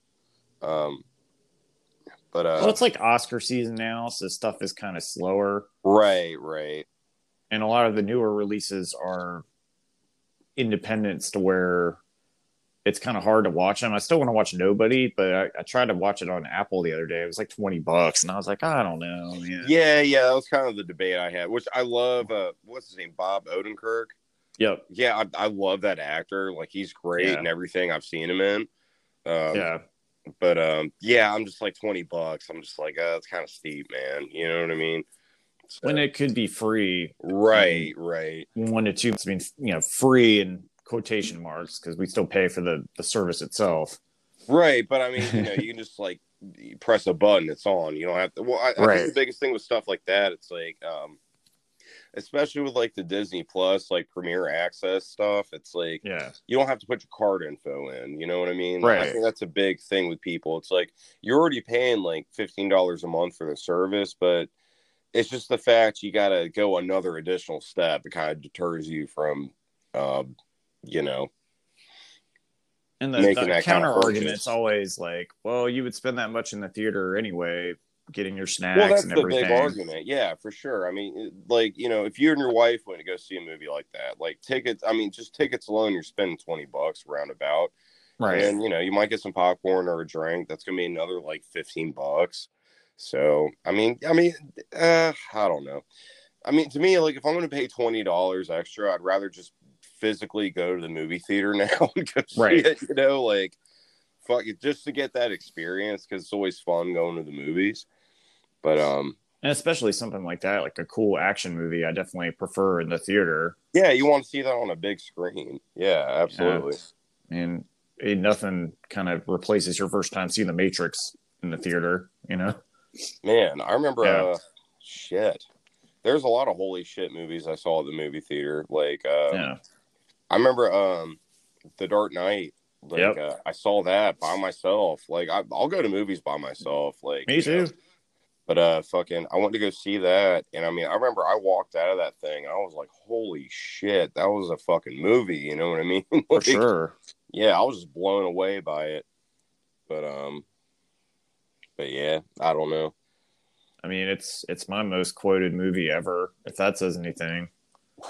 C: Um, but uh,
B: well, it's like Oscar season now, so stuff is kind of slower,
C: right, right,
B: and a lot of the newer releases are independents to where it's kind of hard to watch them. I still want to watch Nobody, but I, I tried to watch it on Apple the other day. It was like twenty bucks, and I was like, I don't know. man.
C: yeah, yeah. That was kind of the debate I had, which I love. Uh, what's his name? Bob Odenkirk.
B: Yep.
C: Yeah, I, I love that actor. Like he's great
B: Yeah.
C: and everything I've seen him in. Um,
B: Yeah.
C: but um yeah i'm just like 20 bucks i'm just like uh it's kind of steep man you know what i mean So-
B: When it could be free,
C: right right
B: one to two months. I mean, you know, free in quotation marks because we still pay for the the service itself.
C: right but i mean you know you can just like press a button it's on you don't have to well i, I
B: Right.
C: think the biggest thing with stuff like that it's like um especially with like the disney plus like premiere access stuff it's like
B: Yeah.
C: you don't have to put your card info in. You know what I mean? I
B: Right.
C: think that's a big thing with people. It's like you're already paying like fifteen dollars a month for the service, but it's just the fact you got to go another additional step. It kind of deters you from, um, you know,
B: And the,
C: Making
B: the
C: that kind
B: counter
C: of
B: argument's
C: purchase.
B: always like, well, you would spend that much in the theater anyway, getting your snacks
C: well, that's
B: and
C: the
B: everything.
C: big argument. Yeah, for sure. I mean, it- like you know, if you and your wife went to go see a movie like that, like tickets. I mean, just tickets alone, you're spending twenty bucks roundabout.
B: Right.
C: And you know, you might get some popcorn or a drink. That's gonna be another like fifteen bucks. So I mean, I mean, uh, I don't know. I mean, to me, like if I'm gonna pay twenty dollars extra, I'd rather just physically go to the movie theater now and go see
B: Right.
C: it. You know, like fuck it, just to get that experience because it's always fun going to the movies. But um,
B: and especially something like that, like a cool action movie, I definitely prefer in the theater.
C: yeah, you want to see that on a big screen. Yeah, absolutely.
B: And ain't nothing kind of replaces your first time seeing The Matrix in the theater, you know?
C: Man, I remember
B: Yeah.
C: uh shit. There's a lot of holy shit movies I saw at the movie theater. Like uh
B: yeah.
C: I remember um The Dark Knight. Like
B: Yep.
C: uh, I saw that by myself. Like I will go to movies by myself. Like
B: Me
C: you
B: too.
C: know. But uh fucking I went to go see that and I mean I remember I walked out of that thing and I was like, Holy shit, that was a fucking movie, you know what I mean?
B: For
C: Like,
B: sure.
C: Yeah, I was just blown away by it. But um but yeah, I don't know.
B: I mean, it's it's my most quoted movie ever, if that says anything.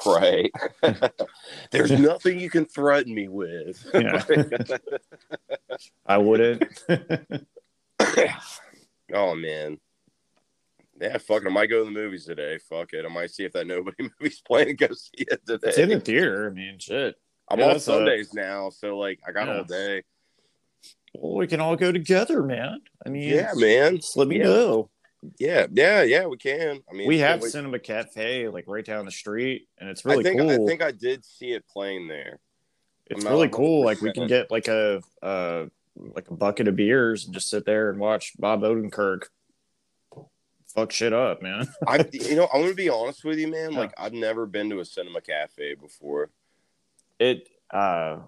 C: Right. There's nothing you can threaten me with.
B: Yeah. I wouldn't.
C: oh man. Yeah, fuck it. I might go to the movies today. Fuck it. I might see if that nobody movie's playing and go see it
B: it's in the
C: today.
B: theater. I mean, shit.
C: I'm
B: Yeah,
C: on
B: that's a-
C: Sundays now, so like I got
B: Yeah.
C: all day.
B: Well, we can all go together, man. I mean,
C: Yeah, man.
B: Just let me
C: Yeah.
B: know.
C: Yeah, yeah, yeah. We can. I mean,
B: We
C: I can't
B: have
C: wait-
B: Cinema Cafe like right down the street, and it's really
C: I think
B: cool.
C: I think I did see it playing there.
B: it's
C: I'm not
B: really
C: a hundred
B: cool. Like we
C: percent.
B: can get like a uh, like a bucket of beers and just sit there and watch Bob Odenkirk fuck shit up, man.
C: I, you know, I'm gonna be honest with you, man.
B: Yeah.
C: Like I've never been to a cinema cafe before.
B: It. uh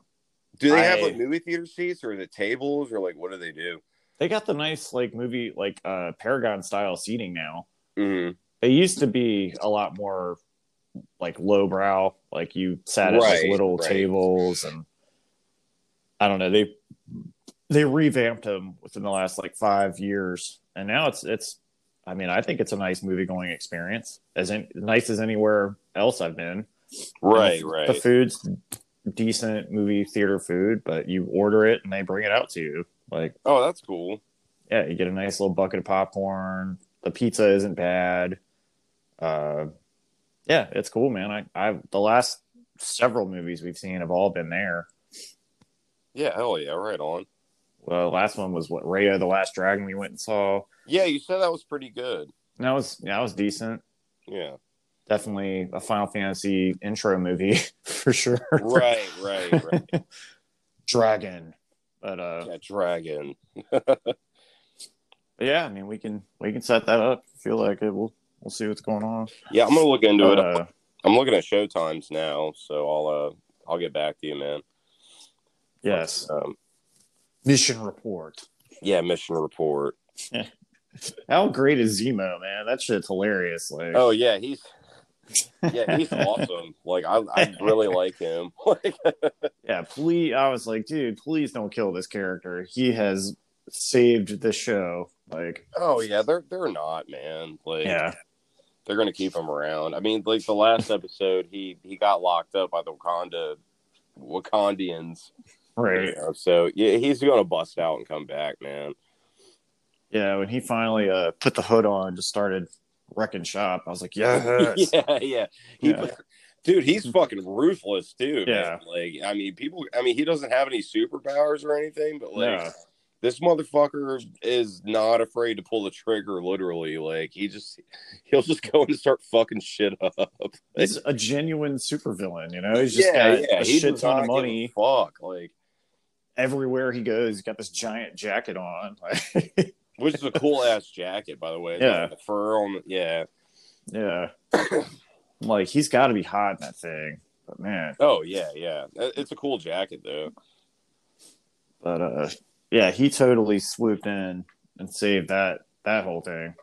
C: Do they have
B: I-
C: like movie theater seats or the tables or like what do they do?
B: They got the nice like movie like uh Paragon style seating now.
C: Mm-hmm.
B: they used to be a lot more like lowbrow like you sat at like
C: Right,
B: little
C: right.
B: tables and i don't know they they revamped them within the last like five years and now it's it's i mean i think it's a nice movie going experience as in, nice as anywhere else i've been
C: Right,
B: And the-
C: right.
B: The food's decent movie theater food, but you order it and they bring it out to you. Like,
C: oh, that's cool.
B: yeah, you get a nice little bucket of popcorn. The pizza isn't bad. Uh, yeah, it's cool, man. I, I the last several movies we've seen have all been there.
C: Yeah, hell yeah, right on.
B: Well, the last one was what Raya, the Last Dragon we went and saw.
C: Yeah, you said that was pretty good.
B: And that was that was decent.
C: Yeah.
B: Definitely a Final Fantasy intro movie for sure.
C: Right, right, right.
B: Dragon. But uh,
C: yeah, dragon.
B: But yeah, I mean we can we can set that up. I feel like it. We'll we'll see what's going on.
C: Yeah, I'm gonna look into it.
B: Uh,
C: I'm looking at show times now, so I'll uh I'll get back to you, man.
B: yes,
C: Um,
B: mission report.
C: yeah, mission report.
B: How great is Zemo, man? That shit's hilarious. Like,
C: Oh yeah, he's yeah he's awesome. Like I I really like him. Like
B: yeah. Please, I was like, dude, please don't kill this character. He has saved the show. Like,
C: oh yeah, they're they're not man. Like
B: yeah,
C: they're gonna keep him around. I mean, like the last episode, he he got locked up by the Wakanda Wakandians.
B: right.
C: You know, so yeah, he's gonna bust out and come back, man.
B: Yeah, when he finally uh put the hood on, and just started wrecking shop. I was like, yes.
C: yeah, yeah. He,
B: Yeah.
C: Dude, he's fucking ruthless too.
B: Yeah.
C: man. Like, I mean, people. I mean, he doesn't have any superpowers or anything, but like,
B: No.
C: this motherfucker is not afraid to pull the trigger. Literally, like, he just he'll just go and start fucking shit up.
B: He's a genuine supervillain, you know. He's just got a
C: he
B: shit
C: does
B: ton
C: not
B: of
C: give a
B: money.
C: Fuck, like,
B: everywhere he goes, he's got this giant jacket on. Like,
C: which is a cool ass jacket, by the way.
B: Yeah.
C: the fur on. Yeah.
B: yeah. I'm like, he's got to be hot in that thing. But man,
C: Oh yeah, yeah. It- It's a cool jacket though.
B: but uh, yeah, he totally swooped in and saved that that whole thing.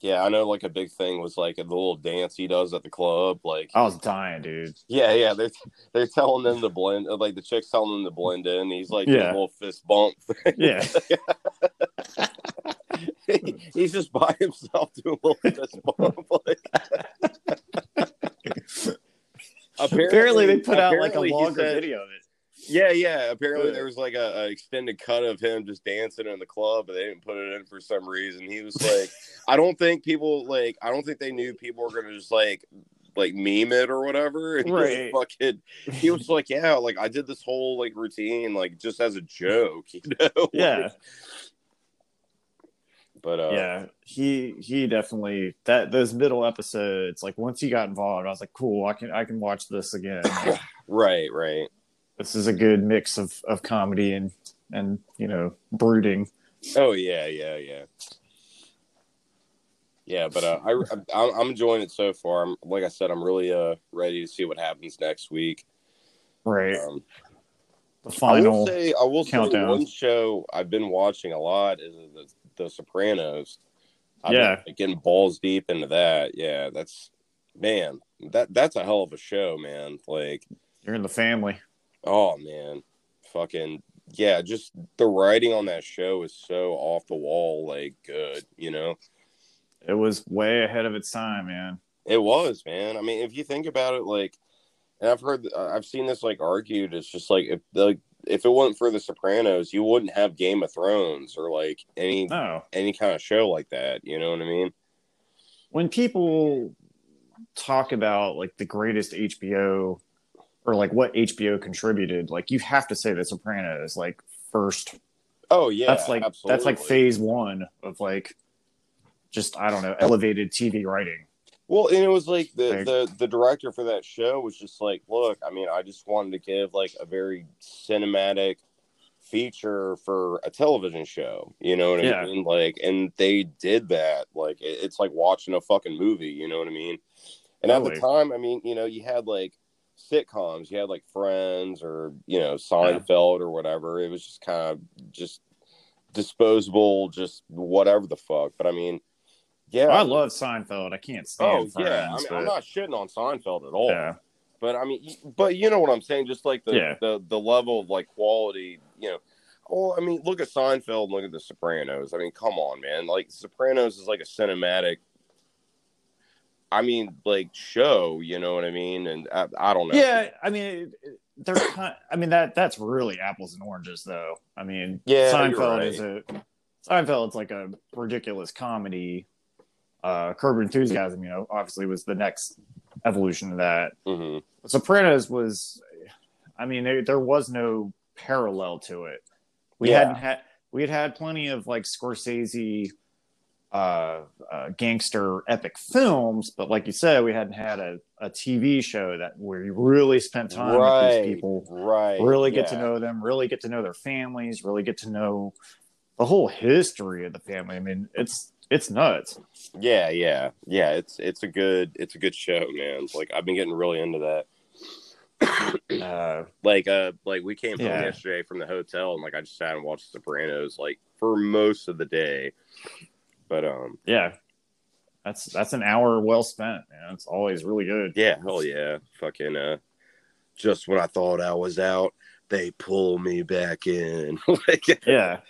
C: Yeah, I know. Like a big thing was like the little dance he does at the club. Like,
B: I was dying, dude.
C: Yeah, yeah. They're they're telling them to blend, like the chick's telling them to blend in. He's like
B: Yeah.
C: a little fist bump.
B: Yeah,
C: He's just by himself doing a little fist bump. Like, apparently,
B: apparently they put out like a
C: apparently he
B: longer
C: said-
B: video of it.
C: Yeah, yeah. Apparently
B: Yeah.
C: there was like a, a extended cut of him just dancing in the club, but they didn't put it in for some reason. He was like, I don't think people like, I don't think they knew people were gonna just like like meme it or whatever. And he was
B: Right.
C: Fucking, he was like, yeah, like I did this whole like routine like just as a joke, you know?
B: Yeah,
C: But uh, yeah,
B: yeah. He he definitely that those middle episodes. Like once he got involved, I was like, cool. I can I can watch this again.
C: right, right.
B: this is a good mix of of comedy and and you know brooding.
C: Oh yeah, yeah, yeah. Yeah, but uh, I, I I'm enjoying it so far. I'm like I said, I'm really uh ready to see what happens next week.
B: Right.
C: Um,
B: the
C: Uh, I will
B: final.
C: say, I will say,
B: countdown.
C: one show I've been watching a lot is the, the Sopranos. I've
B: Yeah.
C: been getting balls deep into that. Yeah, that's man, that that's a hell of a show, man. Like,
B: You're in the family.
C: oh man, fucking yeah, just the writing on that show is so off the wall, like good, you know.
B: It was way ahead of its time, man.
C: It was, man. I mean, if you think about it, like, and I've heard, uh, I've seen this like argued. It's just like if like if it wasn't for the Sopranos, you wouldn't have Game of Thrones or like any
B: No,
C: any kind of show like that. You know what I mean?
B: when people talk about like the greatest HBO or like what HBO contributed, like you have to say The Sopranos, like first.
C: Oh yeah,
B: that's like that's like
C: absolutely.
B: phase one of like just I don't know elevated TV writing.
C: Well, and it was like
B: Like-
C: the, the the director for that show was just like, look, I mean, I just wanted to give like a very cinematic feature for a television show. You know what
B: Yeah.
C: I mean? Like, and they did that. Like, it, it's like watching a fucking movie. You know what I mean? And at
B: Totally.
C: the time, I mean, you know, you had like sitcoms, you had like Friends or you know Seinfeld or whatever. It was just kind of just disposable, just whatever the fuck. But I mean, yeah,
B: I love Seinfeld. I can't stand.
C: Oh yeah, I mean,
B: Friends,
C: I'm
B: but-
C: not shitting on Seinfeld at all,
B: yeah,
C: but I mean, y- but you know what I'm saying? Just like the
B: Yeah.
C: the, the level of like quality, you know. Well, I mean, look at Seinfeld, and look at The Sopranos. I mean, come on, man! Like Sopranos is like a cinematic. I- I mean, like show. You know what I mean? And I, I don't know.
B: Yeah, I mean, it- it- they're. Kind I mean that that's really apples and oranges, though. I mean,
C: Yeah, you're
B: Seinfeld
C: right.
B: is a Seinfeld's like a ridiculous comedy. Uh, Curb Your Enthusiasm, you know, obviously was the next evolution of that.
C: Mhm.
B: Sopranos was, I mean, there, there was no parallel to it. We
C: Yeah.
B: hadn't had we had had plenty of like Scorsese, uh, uh, gangster epic films, but like you said, we hadn't had a, a TV show that where you really spent time with
C: Right.
B: these people,
C: Right.
B: really get to
C: yeah.
B: know them, really get to know their families, really get to know the whole history of the family. I mean, it's it's nuts.
C: Yeah, yeah, yeah. It's it's a good it's a good show, man. Like I've been getting really into that.
B: Uh,
C: Like uh, like we came home
B: Yeah.
C: yesterday from the hotel, and like I just sat and watched Sopranos like for most of the day. But um,
B: yeah, that's that's an hour well spent, man. It's always really good.
C: yeah, hell yeah, fucking uh, just when I thought I was out, they pull me back in. like
B: Yeah.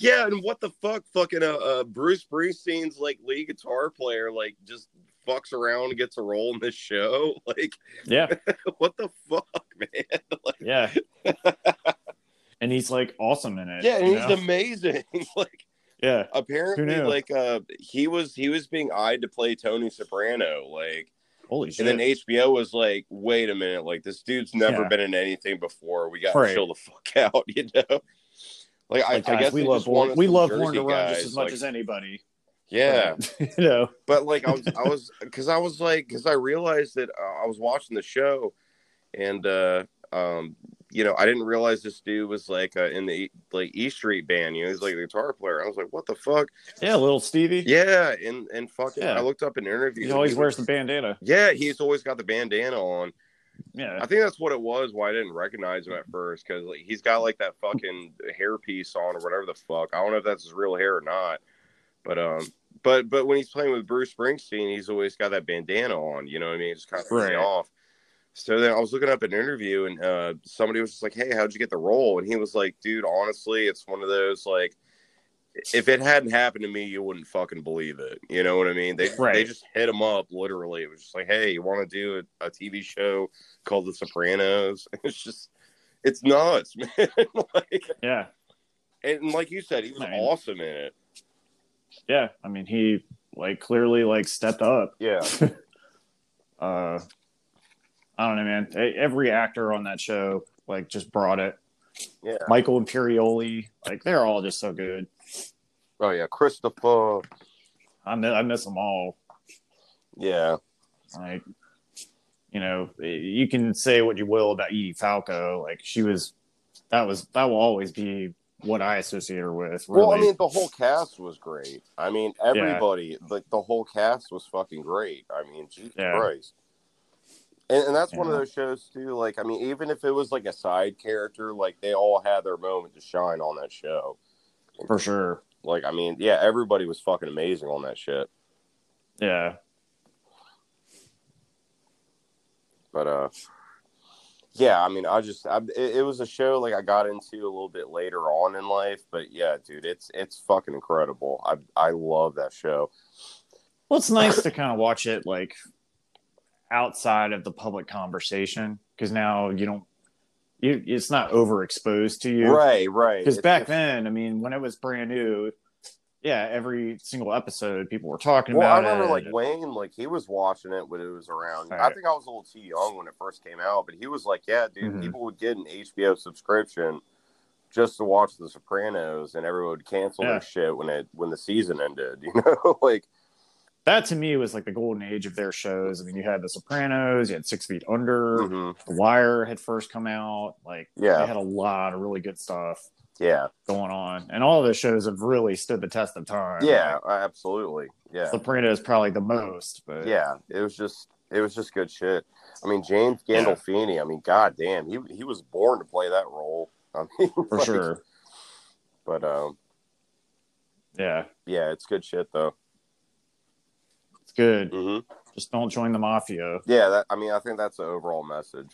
C: yeah, and what the fuck, fucking uh, uh Bruce Springsteen's like lead guitar player, like just fucks around and gets a role in this show. Like
B: Yeah.
C: what the fuck, man.
B: Yeah. and he's like awesome in it.
C: Yeah, and
B: you
C: he's
B: know?
C: amazing. like
B: Yeah.
C: apparently,
B: Who knew?
C: like uh, he was he was being eyed to play Tony Soprano. Like,
B: Holy shit.
C: and then HBO was like, wait a minute, like this dude's never
B: Yeah.
C: been in anything before. We got to
B: Right.
C: chill the fuck out, you know. Like, I,
B: Like,
C: I
B: guys,
C: guess
B: we
C: they
B: love
C: just
B: Warren,
C: wanted
B: we
C: some
B: love
C: Jersey
B: Warren DeRoge
C: guys,
B: just as much
C: like-
B: as anybody.
C: yeah.
B: you know.
C: But like I was, I was, because I was like, because I realized that uh, I was watching the show, and uh, um, you know, I didn't realize this dude was like uh, in the E- like E Street band. You know, he's like the guitar player. I was like, what the fuck?
B: Yeah, little Stevie.
C: Yeah, and and fucking,
B: Yeah.
C: I looked up an interview.
B: He always
C: and
B: wears the bandana.
C: Yeah, he's always got the bandana on.
B: Yeah.
C: I think that's what it was. Why I didn't recognize him at first because like, he's got like that fucking hairpiece on or whatever the fuck. I don't know if that's his real hair or not. But um, but but when he's playing with Bruce Springsteen, he's always got that bandana on. You know what I mean? It's kind of throws me
B: Right.
C: off. So then I was looking up an interview and uh, somebody was just like, "Hey, how'd you get the role?" And he was like, "Dude, honestly, it's one of those like." If it hadn't happened to me, you wouldn't fucking believe it. You know what I mean? They they
B: Right.
C: just hit him up literally. It was just like, hey, you want to do a, a TV show called The Sopranos? It's just, it's nuts, man. like,
B: Yeah.
C: and like you said, he was
B: Man.
C: awesome in it.
B: Yeah. I mean, he like clearly like stepped up.
C: Yeah,
B: Uh I don't know, man. E- Every actor on that show like just brought it.
C: yeah.
B: Michael Imperioli, like they're all just so good.
C: Oh yeah, Christopher.
B: I miss, I miss them all.
C: Yeah,
B: like you know e, you can say what you will about edie falco like she was that was that will always be what i associate her with really.
C: well, I mean, the whole cast was great. I mean, everybody, like the whole cast was fucking great. I mean, Jesus
B: Yeah.
C: Christ. And, and that's one of
B: Yeah.
C: those shows too. Like, I mean, even if it was like a side character, like they all had their moment to shine on that show.
B: for sure
C: Like, I mean, yeah, everybody was fucking amazing on that shit.
B: yeah
C: But uh, yeah, I mean, I just I, it, it was a show like I got into a little bit later on in life. But yeah, dude, it's it's fucking incredible. I I love that show.
B: well it's nice to kind of watch it like outside of the public conversation because now you don't you it's not overexposed to you
C: Right, right.
B: because
C: It's-
B: back
C: it's-
B: then i mean when it was brand new yeah every single episode people were talking
C: Well, I
B: about
C: remember like
B: it
C: Wayne, like he was watching it when it was around. I
B: Right.
C: think I was a little too young when it first came out, but he was like, "Yeah, dude,
B: Mhm.
C: people would get an HBO subscription just to watch The Sopranos, and everyone would cancel
B: Yeah.
C: their shit when it when the season ended." You know, like
B: that to me was like the golden age of their shows. I mean, you had The Sopranos, you had Six Feet Under,
C: mhm.
B: The Wire had first come out. Like,
C: yeah,
B: they had a lot of really good stuff
C: Yeah,
B: going on, and all of those shows have really stood the test of time.
C: yeah, uh, absolutely. Yeah,
B: like, Sopranos probably the most, but
C: yeah. It was just, it was just good shit. I mean, James Gandolfini. I mean, goddamn, he he was born to play that role. I mean,
B: for
C: like,
B: sure,
C: But um,
B: yeah,
C: yeah, it's good shit though. Mm-hmm.
B: it's good.
C: hmm Mm.
B: Just don't join the mafia.
C: Yeah, that. I mean, I think that's the overall message.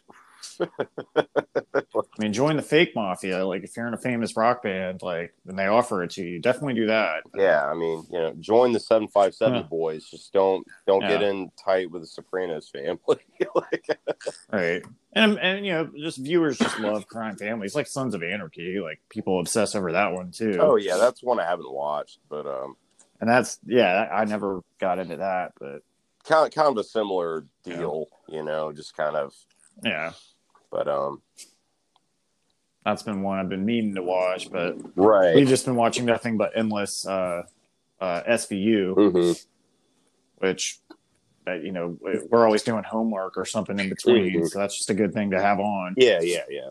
B: I mean, join the fake mafia. Like, if you're in a famous rock band, like, and they offer it to you, definitely do that.
C: Yeah, I mean, you know, join the seven five
B: Yeah.
C: seven boys. Just don't don't get
B: Yeah.
C: in tight with the Sopranos family. like,
B: Right. And, um, and, you know, just viewers just love crime families, like Sons of Anarchy. Like, people obsess over that one, too.
C: oh yeah, that's one I haven't watched, but um,
B: And that's, yeah, I never got into that, but
C: kind of, kind of a similar deal, you know, just kind of.
B: yeah,
C: But um,
B: that's been one I've been meaning to watch, but
C: right.
B: we've just been watching nothing but endless uh, uh, SVU.
C: hmm
B: which uh, you know we're always doing homework or something in between
C: Mhm.
B: so that's just a good thing to have on
C: Yeah, yeah, yeah.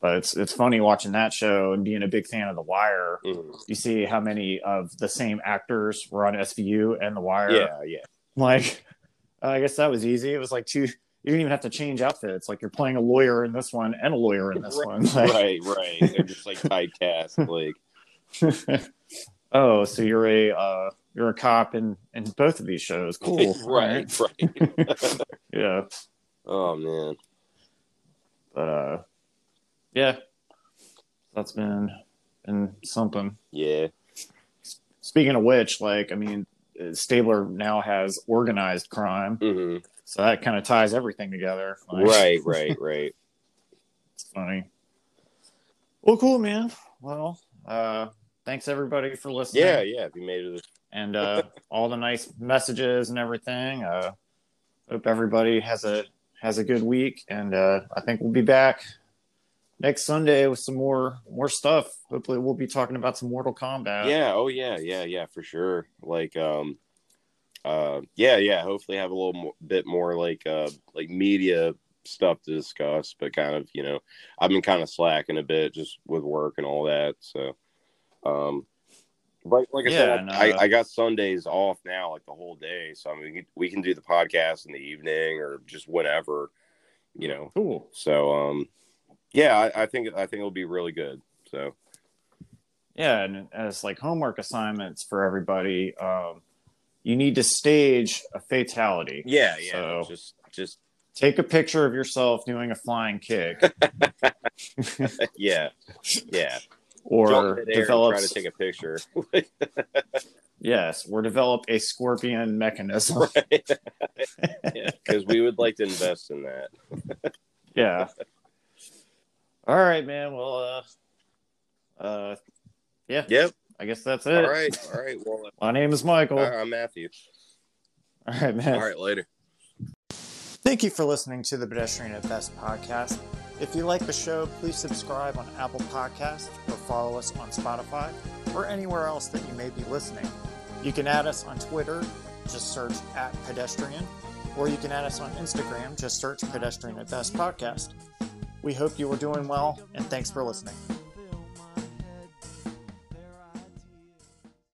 B: but it's it's funny watching that show and being a big fan of the wire
C: Mhm.
B: you see how many of the same actors were on svu and the wire
C: Yeah, yeah.
B: like i guess that was easy it was like two you didn't even have to change outfits like you're playing a lawyer in this one and a lawyer in this one Like,
C: right, right. They're just like typecast. Like,
B: oh so you're a uh, you're a cop in in both of these shows cool
C: right, right.
B: yeah
C: Oh man.
B: but uh yeah that's been been something
C: Yeah.
B: speaking of which like i mean uh, stabler now has organized crime
C: hmm
B: so that kind of ties everything together Like,
C: Right, right, right.
B: it's funny well cool man well uh thanks everybody for listening
C: Yeah, yeah. If you made it,
B: and uh all the nice messages and everything uh hope everybody has a has a good week and uh i think we'll be back next sunday with some more more stuff hopefully we'll be talking about some mortal kombat
C: yeah. Oh yeah, yeah, yeah. For sure. Like, um, uh, yeah, yeah. Hopefully, have a little mo- bit more like, uh, like media stuff to discuss. But kind of, you know, I've been kind of slacking a bit just with work and all that. So, um. But like I
B: Yeah,
C: said,
B: and, uh,
C: I, I got Sundays off now, like the whole day. So I mean, we can, we can do the podcast in the evening or just whenever, you know.
B: cool
C: So um yeah, I, I think I think it'll be really good. So
B: yeah and as like homework assignments for everybody um you need to stage a fatality
C: yeah, yeah.
B: So-
C: Just just
B: take a picture of yourself doing a flying kick
C: yeah. Yeah. Jump
B: or
C: in the air and
B: develop
C: try to take a picture.
B: yes or develop a scorpion mechanism
C: Because we would like to invest in that.
B: yeah. All right, man. Well, uh, uh, yeah.
C: Yep.
B: I guess that's it.
C: All right. All right. Well
B: My name is Michael.
C: I, I'm Matthew.
B: All right, man.
C: All right, later.
A: Thank you for listening to the Pedestrian at Best podcast. If you like the show, please subscribe on Apple Podcasts or follow us on Spotify or anywhere else that you may be listening. You can add us on Twitter, just search at pedestrian, or you can add us on Instagram, just search pedestrian at best podcast. We hope you are doing well, and thanks for listening.